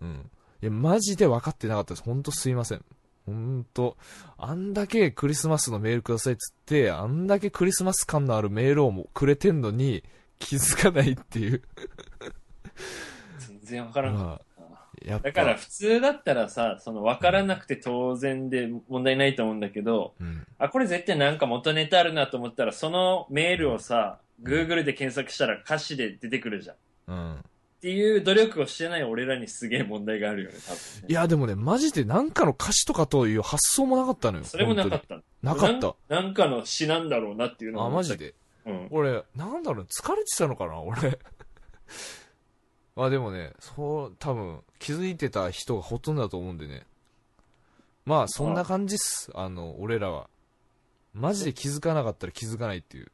C: ー
A: うん。いや、マジで分かってなかったです。ほんとすいません。ほんと。あんだけクリスマスのメールくださいっつって、あんだけクリスマス感のあるメールをもくれてんのに、気づかないっていう。
C: 全然わからんかっ
A: ま
C: たな。
A: あ、やっぱ。
C: だから、普通だったらさ、その分からなくて当然で問題ないと思うんだけど、
A: うん。
C: あ、これ絶対なんか元ネタあるなと思ったら、そのメールをさ、Google で検索したら歌詞で出てくるじゃん。っ
A: うん。
C: ていう努力をしてない俺らにすげえ問題があるよね、多分ね、
A: いや、でもね、マジでなんかの歌詞とかという発想もなかったのよ。
C: それもなかったの
A: 本当に。なかっ
C: なん。なんかの詩なんだろうなっていうの
A: た。
C: を
A: あ、
C: 思
A: マ
C: った
A: ジ。で。
C: うん。
A: 俺、なんだろう、疲れてたのかな、俺。 まあでもね、そう、多分、気づいてた人がほとんどだと思うんでね。まあ、そんな感じっす。あの、俺らは。マジで気づかなかったら気づかないっていう。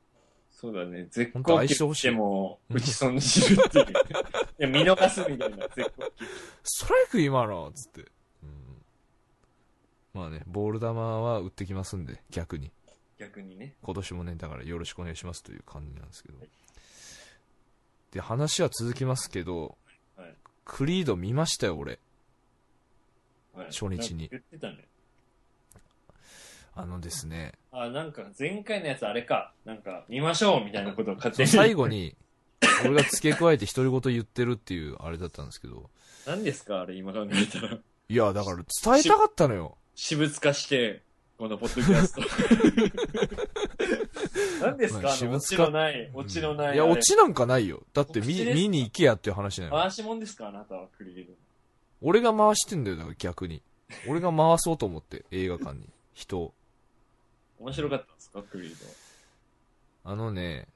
C: そうだね。絶
A: 本当
C: 好
A: 愛して
C: 球
A: ほ
C: っ
A: しい
C: ても、打ち損じるって いう。いや、見逃すみたいな、絶好球。
A: ストライク今のつって。うんまあね、ボール球は打ってきますんで、逆に。
C: 逆にね。
A: 今年もね、だからよろしくお願いしますという感じなんですけど。で、話は続きますけど、
C: はい
A: クリード見ましたよ、俺。
C: はい
A: 初日に
C: 言ってたね。
A: あのですね、
C: あ、なんか前回のやつあれか。なんか見ましょうみたいなことを勝手に。
A: 最後に、俺が付け加えて独り言言ってるっていうあれだったんですけど、
C: 何ですかあれ今考えたら。
A: いや、だから伝えたかったのよ。
C: 私物化して、このポッドキャ スト。何です
A: ま
C: か
A: あ
C: あ
A: 私
C: の、
A: 物化
C: オチのない、オチのない。
A: いや、
C: あれ
A: オチなんかないよ。だって
C: 告知
A: 見
C: ですか
A: 見に行けやっていう話なのよ。
C: 回しもんですかあなたはクリエイド。
A: 俺が回してんだよ、だから逆に。俺が回そうと思って、映画館に。人を
C: 面白かったんですかクリエイ
A: あのね、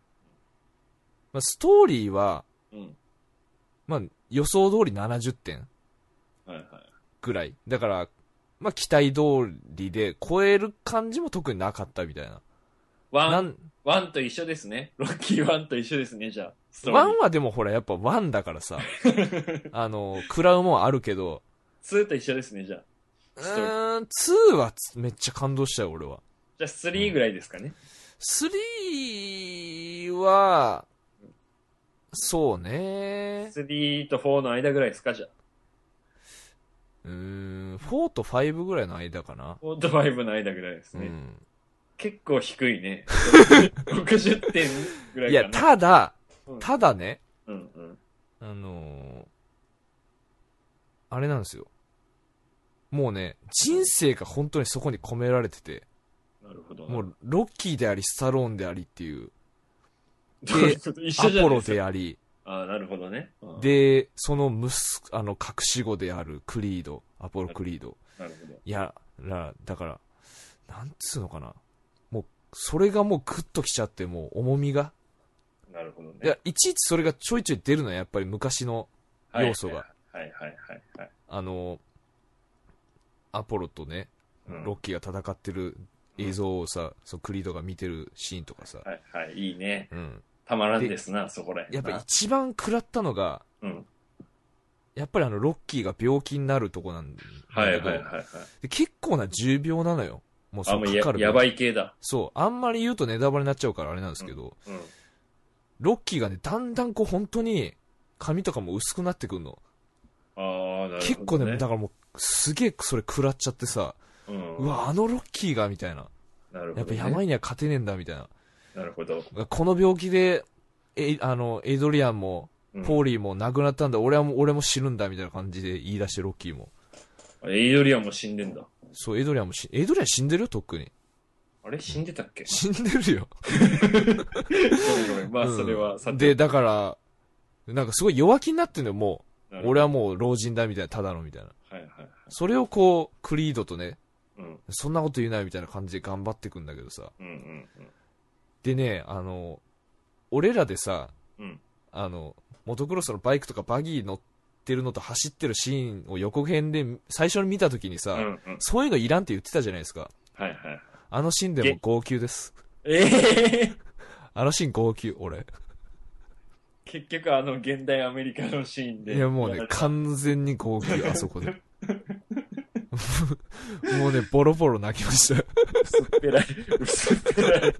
A: まあ、ストーリーは、
C: ド。うん。
A: まあ、予想通り70点
C: はいはい。
A: ぐらい。だから、まあ、期待通りで、超える感じも特になかったみたいな。
C: ワ
A: な
C: ン、
A: ん
C: ワンと一緒ですね。ロッキーワンと一緒ですね、じゃあ。ストーリー
A: ワンはでもほら、やっぱワンだから さ、あの、食らうもんあるけど、
C: ツーと一緒ですね、じゃあ。
A: う
C: ストーリー
A: ーん、2はつめっちゃ感動したよ、俺は。
C: じゃあ、スリーぐらいですかね。
A: 3は、そうね。
C: スリーとフォーの間ぐらいですかじゃあ。
A: うーん、4と5ぐらいの間かな。
C: フォーとファイブの間ぐらいです
A: う
C: ね。
A: ん。
C: 結構低 いね。60点ぐらい
A: い
C: かな。
A: や、ただ
C: うん、
A: ただね、
C: うんうん。
A: あのーあれなんですよ。もうね、人生が本当にそこに込められてて、
C: なるほど。
A: もうロッキーであり、スタローンでありっていう、
C: どういうこと、一
A: ア
C: 緒じゃ
A: ポ
C: ない
A: ロ
C: です
A: で
C: か。
A: あり、
C: ああ、なるほどね。うん、
A: で、その息子、あの、隠し子であるクリード、アポロクリード。
C: なるほど。
A: いや、ら、だから、なんつうのかな。もう、それがもうグッときちゃって、もう重みが。
C: なるほどね。
A: いや、いちいちそれがちょいちょい出るのはやっぱり昔の、
C: はい
A: 要素が。
C: はいはいはいはい。
A: あの、アポロとね、
C: うん
A: ロッキーが戦ってる映像をさ、そうクリードが見てるシーンとかさ、
C: はいはい。いいね。
A: うん。
C: たまらんですな、そこらへん。
A: やっぱ一番食らったのが、
C: うん。
A: やっぱりあの、ロッキーが病気になるとこなんだけど、
C: はいはいはいはい。
A: で結構な重病なのよ。もう
C: あ、
A: そ
C: も
A: の
C: う
A: か
C: や
A: かる
C: やばい系だ。
A: そう、あんまり言うとネタバレになっちゃうからあれなんですけど、
C: うん。
A: ロッキーがね、だんだんこう本当に、髪とかも薄くなってくるの。
C: ああ、なるほど、ね。
A: 結構ね、だ
C: か
A: からもう、すげえそれ食らっちゃってさ、
C: うん、
A: うわ、あのロッキーが、みたいな。
C: なるほど、ね。
A: やっぱ病には勝てねえんだ、みたいな。
C: なるほど。
A: この病気で、え、あの、エイドリアンも、
C: うん
A: ポーリーも亡くなったんだ、俺はもう、俺も死ぬんだ、みたいな感じで言い出して、ロッキーも。
C: エイドリアンも死んでんだ。
A: そう、エイドリアンもし、エイドリアン死んでるよ、とっく に。
C: あれ死んでたっ け
A: 死んでるよ。
C: ごめんごめん。まあ、
A: うん
C: それは、さ
A: で、、だから、なんかすごい弱気になってんのよ、もう。俺
C: は。
A: はもう老人だ、みたいな、ただの、みたいな。
C: はいはい。
A: それをこう、クリードとね、
C: うん。
A: そんなこと言うなよ、みたいな感じで頑張ってくんだけどさ。
C: うんうんうん。
A: でね、あの、俺らでさ、
C: うん
A: あの、モトクロスのバイクとかバギー乗ってるのと走ってるシーンを予告編で最初に見たときにさ、
C: うんうん。
A: そういうのいらんって言ってたじゃないですか。
C: はいはい。
A: あのシーンでも
C: げ
A: 号泣です。
C: ええ
A: あのシーン号泣、俺。
C: 結局あの現代アメリカのシーンで。
A: いやもうね、完全に号泣、あそこ で。 もうね、ボロボロ泣きました。
C: 薄っぺらい、薄っぺらい。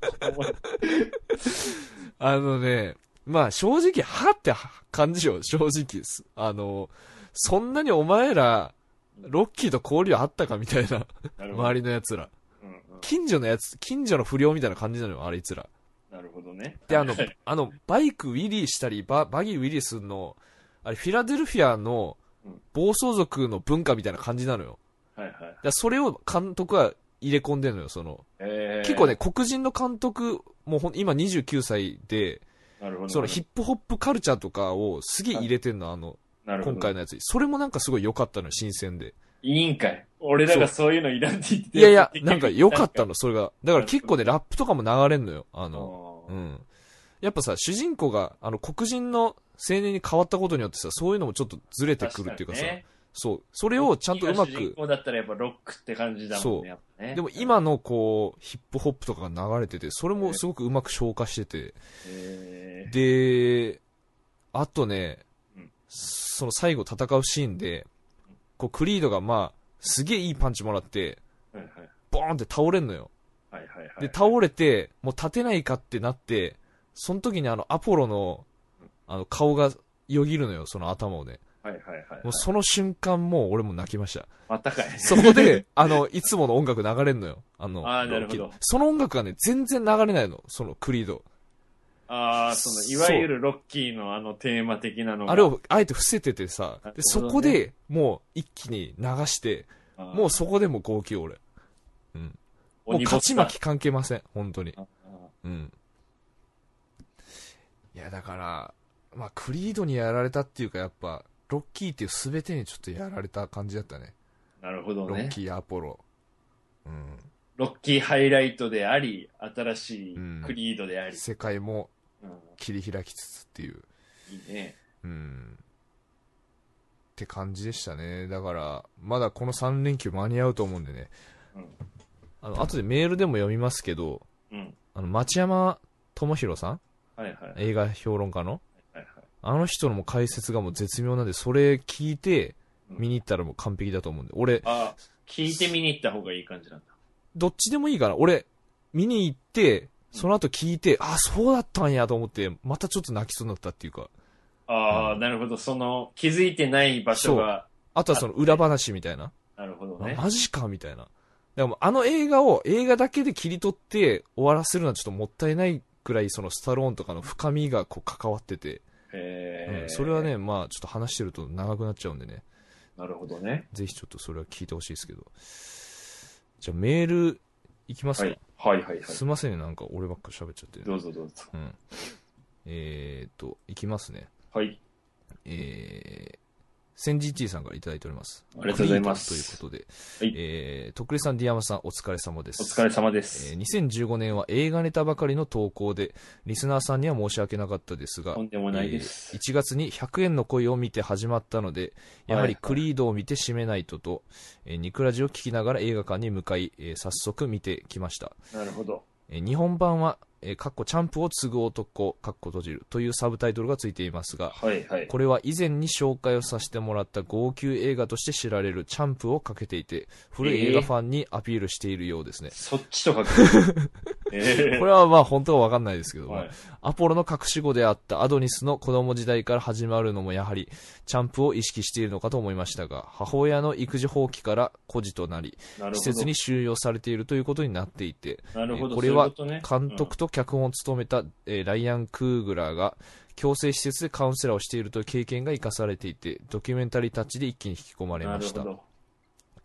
A: あのね、まあ正直、はって感じよ、正直です。あの、そんなにお前ら、ロッキーと交流あったかみたいな、
C: なるほど。
A: 周りの奴ら。
C: うんうん
A: 近所のやつ、近所の不良みたいな感じなのよ、あいつら。
C: なるほどね。
A: で、あの
C: はい、
A: あの、バイクウィリーしたり、ババギーウィリーするの、あれ、フィラデルフィアの
C: うん
A: 暴走族の文化みたいな感じなのよ。
C: はいはい
A: だ。からそれを監督は入れ込んでるのよ、その。
C: えー
A: 結構ね、。黒人の監督、もうほん今29歳で、
C: なるほど。
A: そのヒップホップカルチャーとかをすげえ入れてんの、あの、
C: なるほど
A: 今回のやつに。それもなんかすごい良かったのよ、新鮮で。
C: いいんかい。俺らがそういうのいらんって言ってた
A: いやいや、
C: つ
A: なんか良かった。の、それが。だから結構ね、ラップとかも流れんのよ、あ
C: な
A: のう
C: ん。か
A: ん。やっぱさ、主人公が、あの、黒人の青年に変わったことによってさ、そういうのもちょっとずれてくるっていうかさ、
C: 確にね
A: そう。それをちゃんとうま
C: ロッキーが主人
A: く、
C: 公だったらやっぱロックって感じだもん
A: そう
C: ね。やっぱね
A: でも、今のこう、ヒップホップとかが流れてて、それもすごくうまく消化してて、
C: え
A: で、あとね
C: うん、
A: その最後戦うシーンで、こう、クリードがまあ、すげえいいパンチもらって、
C: ーはいはい
A: ボーンって倒れんのよ。
C: はいはいはい。
A: で、倒れて、もう立てないかってなって、その時にあの、アポロの、あの、顔がよぎるのよ、その頭をね。
C: はいはいはい
A: もう。その瞬間、もう俺も泣きま した。
C: またかい。
A: そこで、あの、いつもの音楽流れんのよ。あの、
C: あーなるほど
A: ロッキーのその音楽がね、全然流れないの、そのクリード。
C: ああ、その、いわゆるロッキーのあのテーマ的なのが
A: あれ、をあえて伏せててさ
C: なるほど、ね
A: で、そこでもう一気に流して、も
C: も
A: うそこでもう号泣俺。もう勝ち負け関係ません、本当に。うん。いや、だから、まあ、クリードにやられたっていうか、やっぱ、ロッキーっていう全てにちょっとやられた感じだったね。
C: なるほど
A: ロッ
C: ね。
A: キー、アポロ。うん。
C: ロッキーハイライトであり、新しい
A: うん
C: クリードであり。
A: 世界も
C: うん
A: 切り開きつつっていう、
C: いいね。
A: うん。って感じでしたね。だから、まだこの3連休間に合うと思うんでね。
C: うん
A: あの、後でメールでも読みますけど、
C: うん。
A: あの、町山智博さん
C: はいはい。はい
A: 映画評論家の
C: はい。
A: あの人のもう解説がもう絶妙なんで、それ聞いて、見に行ったらもう完璧だと思うんで。俺、
C: あ、聞いて見に行った方がいい感じなんだ。
A: どっちでもいいかな。俺、見に行って、その後聞いて、あ、そうだったんやと思って、またちょっと泣きそうになったっていうか。
C: ああ、なるほど。その、気づいてない場所が、
A: あとはその裏話みたいな。
C: なるほど
A: あ
C: ね。
A: マジかみたいな。でもうあの映画を映画だけで切り取って終わらせるのはちょっともったいないくらいそのスタローンとかの深みがこう関わってて、
C: へ
A: う
C: え。
A: んそれは。ね、まあちょっと話してると長くなっちゃうんでね、
C: なるほどね。
A: ぜひちょっとそれは聞いてほしいですけど。じゃあメールいきます
C: は
A: か、
C: い。はいはいはい。
A: すいませんね、なんか俺ばっか喋っちゃって。
C: どうぞどうぞ。
A: うん。えーっと、いきますね。
C: はい。
A: えー、センジーチーさんからいただいております。
C: ありがとうございます
A: クリータということで、
C: はい
A: えー、とくれさん、ディアマさん、お疲れ様です。
C: お疲れ様で
A: え
C: す。
A: ー2015年は映画ネタばかりの投稿で、リスナーさんには申し訳なかったですが
C: と、んでもないです。
A: えー1月に100円の恋を見て始まったので、やはりクリードを見て締めないとと、えーニクラジを聞きながら映画館に向かい、えー早速見てきました。
C: なるほど。
A: えー日本版は、えーかっこチャンプを継ぐ男、かっこ閉じるというサブタイトルがついていますが、
C: はいはい。
A: これは以前に紹介をさせてもらった号泣映画として知られるチャンプをかけていて、古い映画ファンにアピールしているようですね。
C: そっちとか。 ええ
A: これはまあ本当はわかんないですけど、
C: はい。
A: アポロの隠し子であったアドニスの子供時代から始まるのもやはりチャンプを意識しているのかと思いましたが母親の育児放棄から孤児となり
C: なるほど。
A: 施設に収容されているということになっていて
C: なる
A: え
C: ほ
A: ー
C: ど。
A: これは
C: そういうとね
A: 監督と脚本を務めた、えーライアン・クーグラーが強制施設でカウンセラーをしているという経験が生かされていてドキュメンタリータッチで一気に引き込ま
C: うん
A: れました
C: なるほ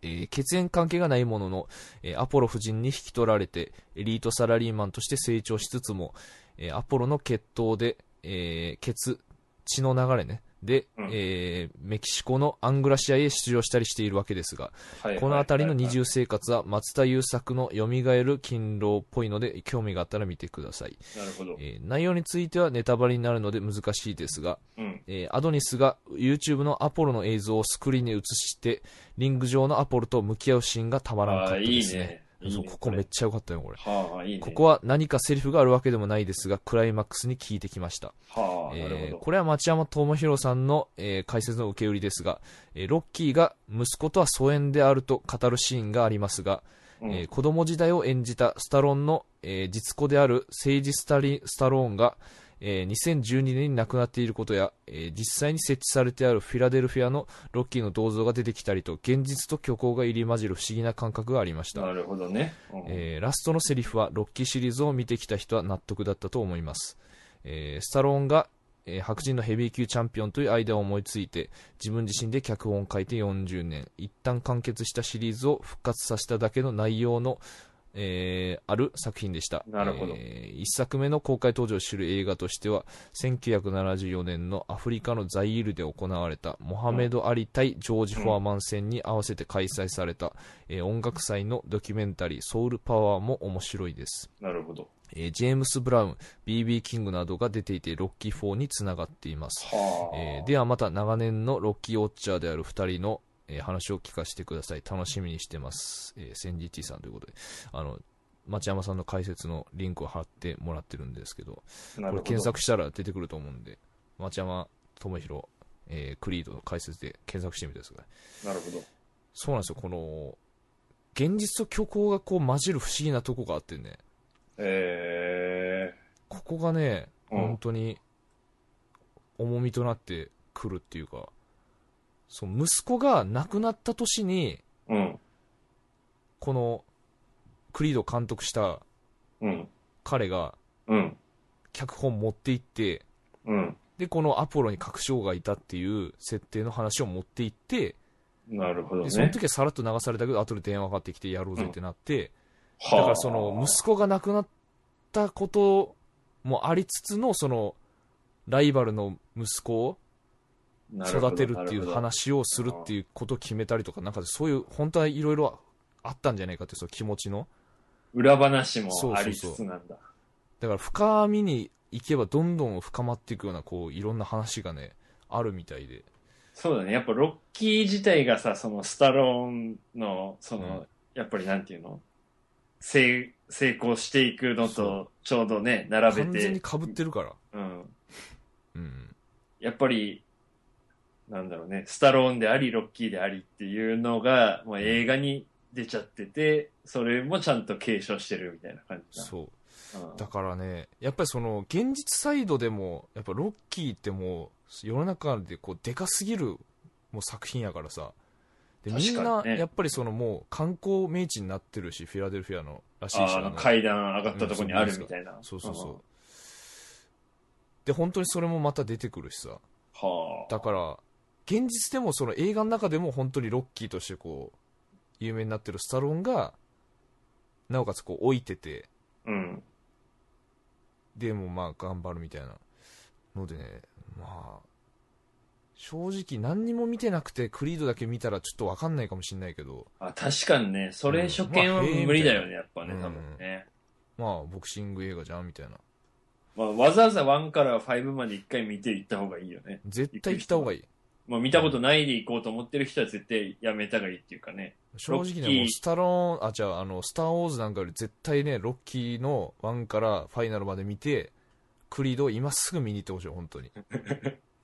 A: えー血縁関係がないものの、えーアポロ夫人に引き取られてエリートサラリーマンとして成長しつつも、えーアポロの血統で、えー血血の流れねで、
C: うん
A: えーメキシコのアングラシアへ出場したりしているわけですが、
C: ど。はい
A: この辺りの
C: はい
A: 二
C: はいはい
A: 重生活は松田優作の蘇る勤労っぽいので興味があったら見てください、
C: なるほど。
A: えー内容についてはネタバレになるので難しいですが、
C: うん。
A: えーアドニスが YouTube のアポロの映像をスクリーンに映してリング上のアポロと向き合うシーンがたまらんか
C: あ
A: った
C: あ、
A: で
C: いい
A: すね
C: ね。いい
A: そう
C: ね
A: ここめっちゃ良かったよ、これ。
C: はあ、いいね。
A: ここは何かセリフがあるわけでもないですが、クライマックスに効いてきました。
C: はあ、なる
A: えー
C: ほ
A: これは町山智博さんの、えー解説の受け売りですが、えーロッキーが息子とは疎遠であると語るシーンがありますが、
C: ど。うん
A: えー子供時代を演じたスタローンの、えー実子であるセイジ・スタリスタローンが、えー2012年に亡くなっていることや、えー実際に設置されてあるフィラデルフィアのロッキーの銅像が出てきたりと現実と虚構が入り混じる不思議な感覚がありました
C: なるほどね。うん
A: えーラストのセリフはロッキーシリーズを見てきた人は納得だったと思います、えースタローンが、えー白人のヘビー級チャンピオンというアイデアを思いついて自分自身で脚本を書いて40年一旦完結したシリーズを復活させただけの内容の、えーある作品でした
C: なるほど
A: え1作目の公開登場を知る映画としては1974年のアフリカのザイールで行われたモハメド・アリ対ジョージ・フォアマン戦に合わせて開催されたえー音楽祭のドキュメンタリー「ソウルパワー」も面白いです、
C: なるほど。
A: えージェームス・ブラウン BB キングなどが出ていてロッキー4につながっています、
C: はあ。
A: えーではまた長年のロッキーウォッチャーである2人の、えー話を聞かせてください楽しみにしてます、えー、センジティさんということであの町山さんの解説のリンクを貼ってもらってるんですけどこ
C: なる
A: れ
C: ほど
A: 検。索したら出てくると思うんで町山智博、えークリードの解説で検索してみてください
C: なるほど。
A: そうなんですよ、この、現実と虚構がこう混じる不思議なとこがあってね、
C: え
A: ここがね、
C: うん
A: 本当に、重みとなってくるっていうか、そう、息子が亡くなった年に、
C: ー、うん。
A: この、クリード監督した
C: うん。
A: 彼が、
C: うん。
A: 脚本持って行って、
C: うん。
A: で、このアポロに確証がいたっていう設定の話を持って行って、
C: なるほど
A: でその
C: ね。
A: 時はさらっと流されたけど、後で電話がかかってきてやろうぜってなって、
C: はあ
A: だからその息子が亡くなったこともありつつのそのライバルの息子を育てるっていう。
C: なほど
A: 話をするっていうことを決めたりとかなんかそういう本当はいろいろあったんじゃないかっていうその気持ちの
C: 裏話もありつつなんだ。
A: だから深みに行けばどんどん深まっていくようなこういろんな話がねあるみたいで
C: そうだね。やっぱロッキー自体がさ、そのスタローンの、その、
A: うん
C: やっぱりなんていうの成成功していくの
A: そ
C: とちょうどね、並
A: 完
C: べ
A: 全に
C: て、
A: かぶってるから
C: うん、
A: うん
C: やっぱり、なんだろうね、スタローンであり、ロッキーでありっていうのが、もう映画に出ちゃってて、それもちゃんと継承してるみたいな感じだ。
A: そう
C: うん
A: だからね、やっぱりその現実サイドでも、やっぱロッキーってもう、世の中でこうでかすぎるもう作品やからさ、でみん
C: 確か
A: な
C: にね
A: やっぱりそのもう観光名地になってるし、フィラデルフィアのらしいし、
C: あ
A: あ
C: の
A: の
C: 階段上がったとこにあるみたいな。
A: そうそうそう、で、本当にそれもまた出てくるしさ、
C: うん。はあ。
A: だから、現実でもその映画の中でも本当にロッキーとしてこう、有名になってるスタローンが、なおかつこう置いてて、
C: うん。
A: でもまあ頑張るみたいなのでねまあ正直何にも見てなくてクリードだけ見たらちょっと分かんないかもしれないけど
C: あ、確かにね、それ初見は
A: うんまあへえ
C: 無理だよね、やっぱね、
A: うん
C: 多分ね。
A: まあボクシング映画じゃんみたいな
C: まあ、わざわざ1から5まで一回見ていった方がいいよね。
A: 絶対来た方がいい
C: まあ、見たことないで行こうと思ってる人は絶対やめた方がいいっていうかね。
A: 正直
C: ロッ
A: ね
C: キー
A: もうスタローンあじゃああのスター・ウォーズなんかより絶対ねロッキーの1からファイナルまで見てクリードを今すぐ見に行ってほしい本当 に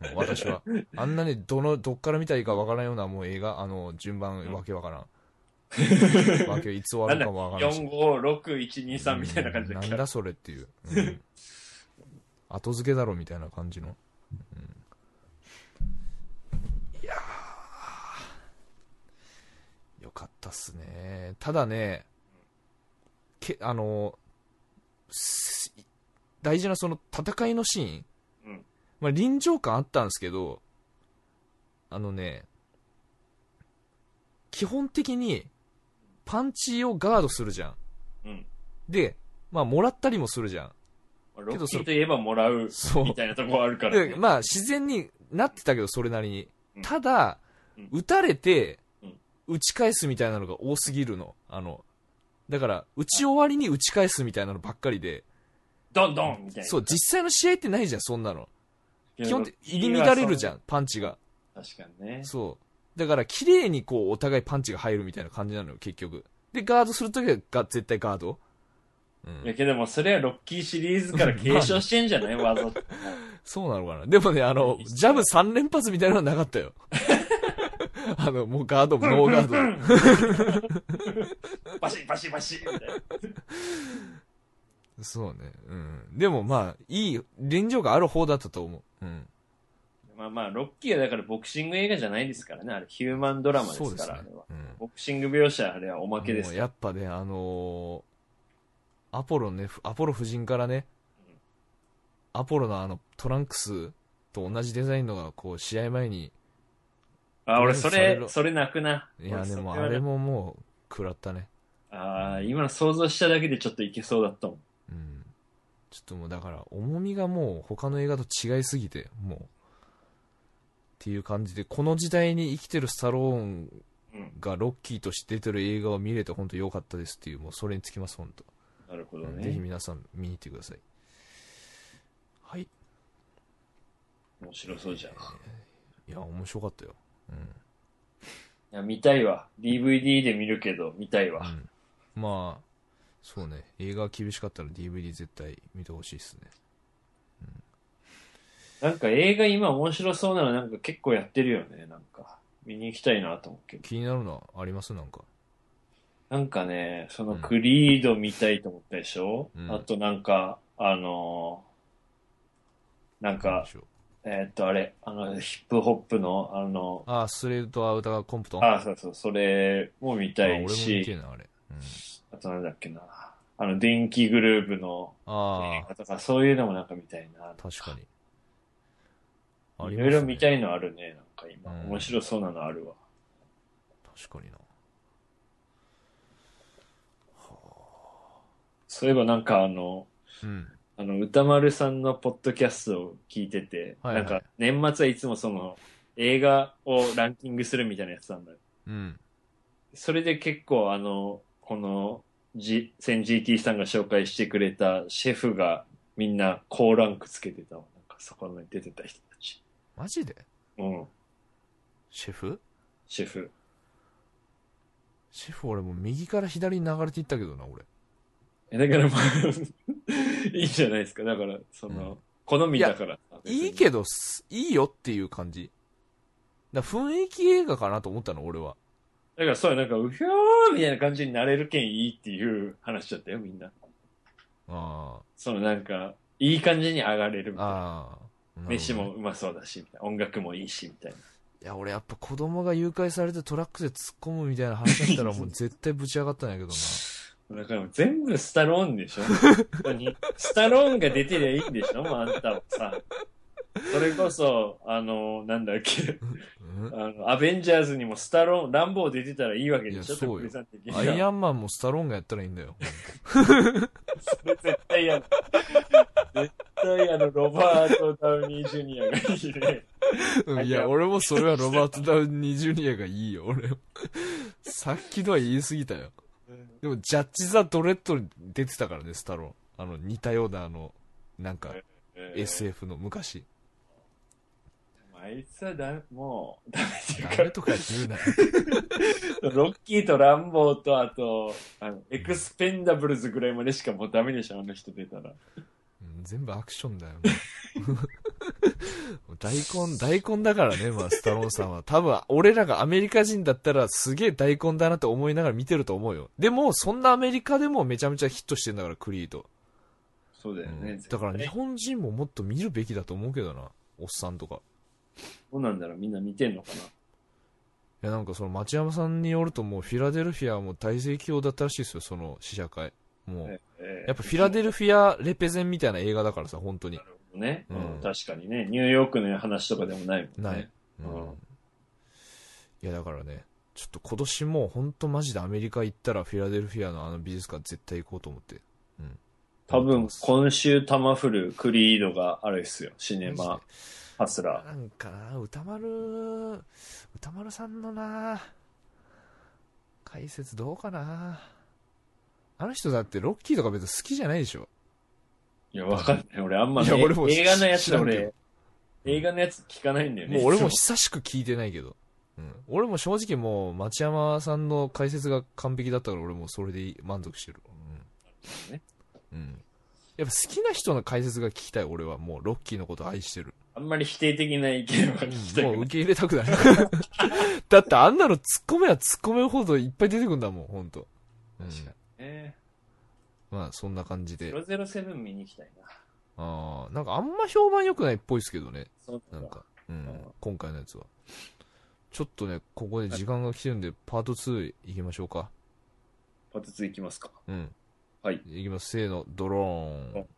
A: もう私はあんなにどのどっから見たらいいか分からんようなもう映画あの順番わけわからん、 わけいつ終わるかもわからんし
C: 4、5、6、1、2、3みたいな感じ
A: う
C: だ
A: ん
C: っけ
A: なんだそれっていう、うん後付けだろみたいな感じの、うんいやーよかったっすねただねけあのす大事なその戦いのシーン、
C: うん
A: まあ、臨場感あったんですけどあのね基本的にパンチをガードするじゃん
C: うん。
A: で、まあ、もらったりもするじゃん。
C: まあロ
A: けど
C: ッ
A: そ
C: キ
A: れ
C: ーといえばもらう
A: そう
C: みたいなとこはあるから、
A: で、
C: ね。
A: まあ、自然になってたけど、それなりに
C: う。ん
A: ただ
C: うん、
A: 撃たれて
C: うん、
A: 撃ち返すみたいなのが多すぎるの。あの、だから、撃ち終わりに撃ち返すみたいなのばっかりで、
C: どんどんみたいな。
A: そう、実際の試合ってないじゃん、そんなの。
C: 基
A: 基本的に入り乱れるじゃん、パンチが。
C: 確かにね。
A: そう。だから、綺麗にこう、お互いパンチが入るみたいな感じなのよ、結局。で、ガードするときはが絶対ガード。う
C: いや
A: ん。
C: けども、それはロッキーシリーズから継承してんじゃないわざと。
A: そうなのかな。でもね、あの、ジャブ3連発みたいなのはなかったよ。あの、もうガードも、ノーガード。
C: バシッバシッバシッみたいな。
A: そうね。うん。でもまあ、いい、臨場感ある方だったと思う。うん。
C: まあまあ、ロッキーはだからボクシング映画じゃないですからね。あれヒューマンドラマで
A: そう
C: す
A: で
C: か
A: す
C: ら、
A: ね
C: あれは。。
A: うん。
C: ボクシング描写あれはおまけで
A: も
C: す
A: う。やっぱね、あのーアポロね、ふアポロ夫人からね、アポロのあのトランクスと同じデザインのが、こう、試合前に、
C: あ、俺そ
A: それ
C: れ、それ泣くな。
A: いや、
C: 俺
A: で
C: そ
A: も
C: は
A: あれももう、食らったね。
C: ああ、今の想像しただけでちょっといけそうだったもん。
A: うん。ちょっともう、だから、重みがもう、他の映画と違いすぎて、もう、っていう感じで、この時代に生きてるスタローン
C: うん。
A: がロッキーとして出てる映画を見れて、本当良かったですっていう、もう、それにつきます、本当
C: なるほど
A: ぜひ
C: ね。
A: 皆さん、見に行ってください。はい。
C: 面白そうじゃん。い
A: いや、面白かったよ。うん。
C: や、見たいわ。DVD で見るけど、見たいわ。
A: うん、まあ、そうね。映画厳しかったら DVD 絶対見てほしいですね。
C: なんか映画今面白そうなのなんか結構やってるよね。なんか。見に行きたいなと思うけど。
A: 気になるのはありますなんか。
C: なんかね、その
A: うん
C: クリード見たいと思ったでしょ、
A: うん
C: あとなんか、あのーなん
A: なん
C: か
A: で、しょう
C: えーっとあれ、あの、ヒップホップの、あの、
A: あストレートアウターコンプトン。
C: あ、そうそう、それも見た
A: あ俺
C: い
A: も見て
C: し、
A: るな、あれ。うん、
C: あとなんだっけな、あの、電気グループの映
A: あ
C: 画とか、そういうのもなんか見たいな。
A: あ、確かに。あり
C: い
A: ます
C: ろい
A: ね
C: ろ見たいのあるね、なんか今。
A: うん
C: 面白そうなのあるわ。
A: 確かにな。
C: そういえばなんかあの、
A: うん。
C: あの、歌丸さんのポッドキャストを聞いてて、
A: はいはい
C: なんか年末はいつもその映画をランキングするみたいなやつなんだよ。
A: うん。
C: それで結構あの、この、G、先 GT さんが紹介してくれたシェフがみんな高ランクつけてたわ。なんかそこに出てた人たち。
A: マジで
C: うん、
A: シェフ
C: シェフ。
A: シェフ俺もう右から左に流れていったけどな、俺。
C: えだからま あ、いいじゃないですか。だから、その、
A: うん
C: 好みだから。
A: いいけ
C: ど。
A: ど、すいいよっていう感じ。だから雰囲気映画かなと思ったの、俺は。
C: だからそう、なんか、うひょーみたいな感じになれるけんいいっていう話だったよ、みんな。
A: あ
C: そのなんか、いい感じに上がれる
A: あ、
C: みたいな。
A: ああ。なるほどね
C: 飯も。うまそうだし、みたいな。音楽もいいし、みたいな。
A: いや、俺やっぱ子供が誘拐されてトラックで突っ込むみたいな話だったらもう絶対ぶち上がったんやけ どな。
C: だから全部スタローンで しょ本当に。スタローンが出てりゃいいんでしょもうあんたはさ。それこそ、あの、なんだっけ、
A: うん
C: あの、アベンジャーズにもスタローン、ランボー出てたらいいわけでしょ
A: いやそうよ
C: 徳井さん的には
A: アイアンマンもスタローンがやったらいいん だよ。
C: それ絶対やる。絶対あの、ロバート・ダウニー・ジュニアがいい ね。
A: うんいや、俺もそれはロバート・ダウニー・ジュニアがいいよ、俺。さっきのは言い過ぎたよ。でも、ジャッジ・ザ・ドレッドに出てたからね、スタローン。あの、似たような、あの、なんか、
C: えー
A: SF の 昔。
C: あいつはだ、もう、ダメっていう
A: ダ
C: か
A: メとか言うなよ。
C: ロッキーとランボーと、あと、あの、エクスペンダブルズぐらいまでしかもうダメでしょ、あの人出たら。
A: うん全部アクションだ よ、もう大根、大根だからね、まあ、スタローンさんは。多分、俺らがアメリカ人だったら、すげえ大根だなって思いながら見てると思うよ。でも、そんなアメリカでもめちゃめちゃヒットしてんだから、クリード。
C: そうだよね。
A: うんだから、日
C: ね。
A: 本人ももっと見るべきだと思うけどな、おっさんとか。
C: どうなんだろう、みんな見てんのか
A: いや、なんかその、町山さんによると、もう、フィラデルフィアはもう大盛況だったらしいですよ、その、試写会。も
C: な。
A: う。
C: えー
A: やっぱ、フィラデルフィアレペゼンみたいな映画だからさ、本当に
C: な。るほどね、
A: うん
C: うん確かにね。ニューヨークの話とかでもないもんね。
A: ない。う
C: うん
A: ん。いや、だからね、ちょっと今年もう本当マジでアメリカ行ったらフィラデルフィアのあの美術館絶対行こうと思って。うん。
C: 多
A: 思って
C: 分
A: ま、す
C: 今週玉降るクリードがあるっすよ。シネマ、ハスラー。
A: なんかな、歌丸、歌丸さんのな、解説どうかな。あの人だってロッキーとか別に好きじゃないでしょ。
C: いや、わかんない。俺あんま、ね、
A: いや俺も
C: 映画のや
A: 知
C: つ
A: らんけど
C: 俺、映画のやつ聞かないんだよね。
A: もう俺も
C: いつ
A: 久しく聞いてないけど。うん、俺も正直もう町山さんの解説が完璧だったから俺もうそれで満足してる、うん
C: ね
A: うん、やっぱ好きな人の解説が聞きたい俺はもうロッキーのこと愛してる
C: あんまり否定的な意見は聞きた
A: も
C: く
A: う
C: な
A: 受
C: い。
A: け入れたくない だってあんなの突っ込めは突っ込めるほどいっぱい出てくんだもん本当。うん、
C: 確かにね。
A: まあそんな感じで
C: 007見に行きたいな。
A: あーなんかあんま評判良くないっぽいですけどね
C: そう
A: なんか、うん
C: ん
A: 今回のやつはちょっとねここで時間が来てるんでパート2いきましょうか
C: パート2いきますか。
A: うん
C: はい。
A: いきますせーのドローン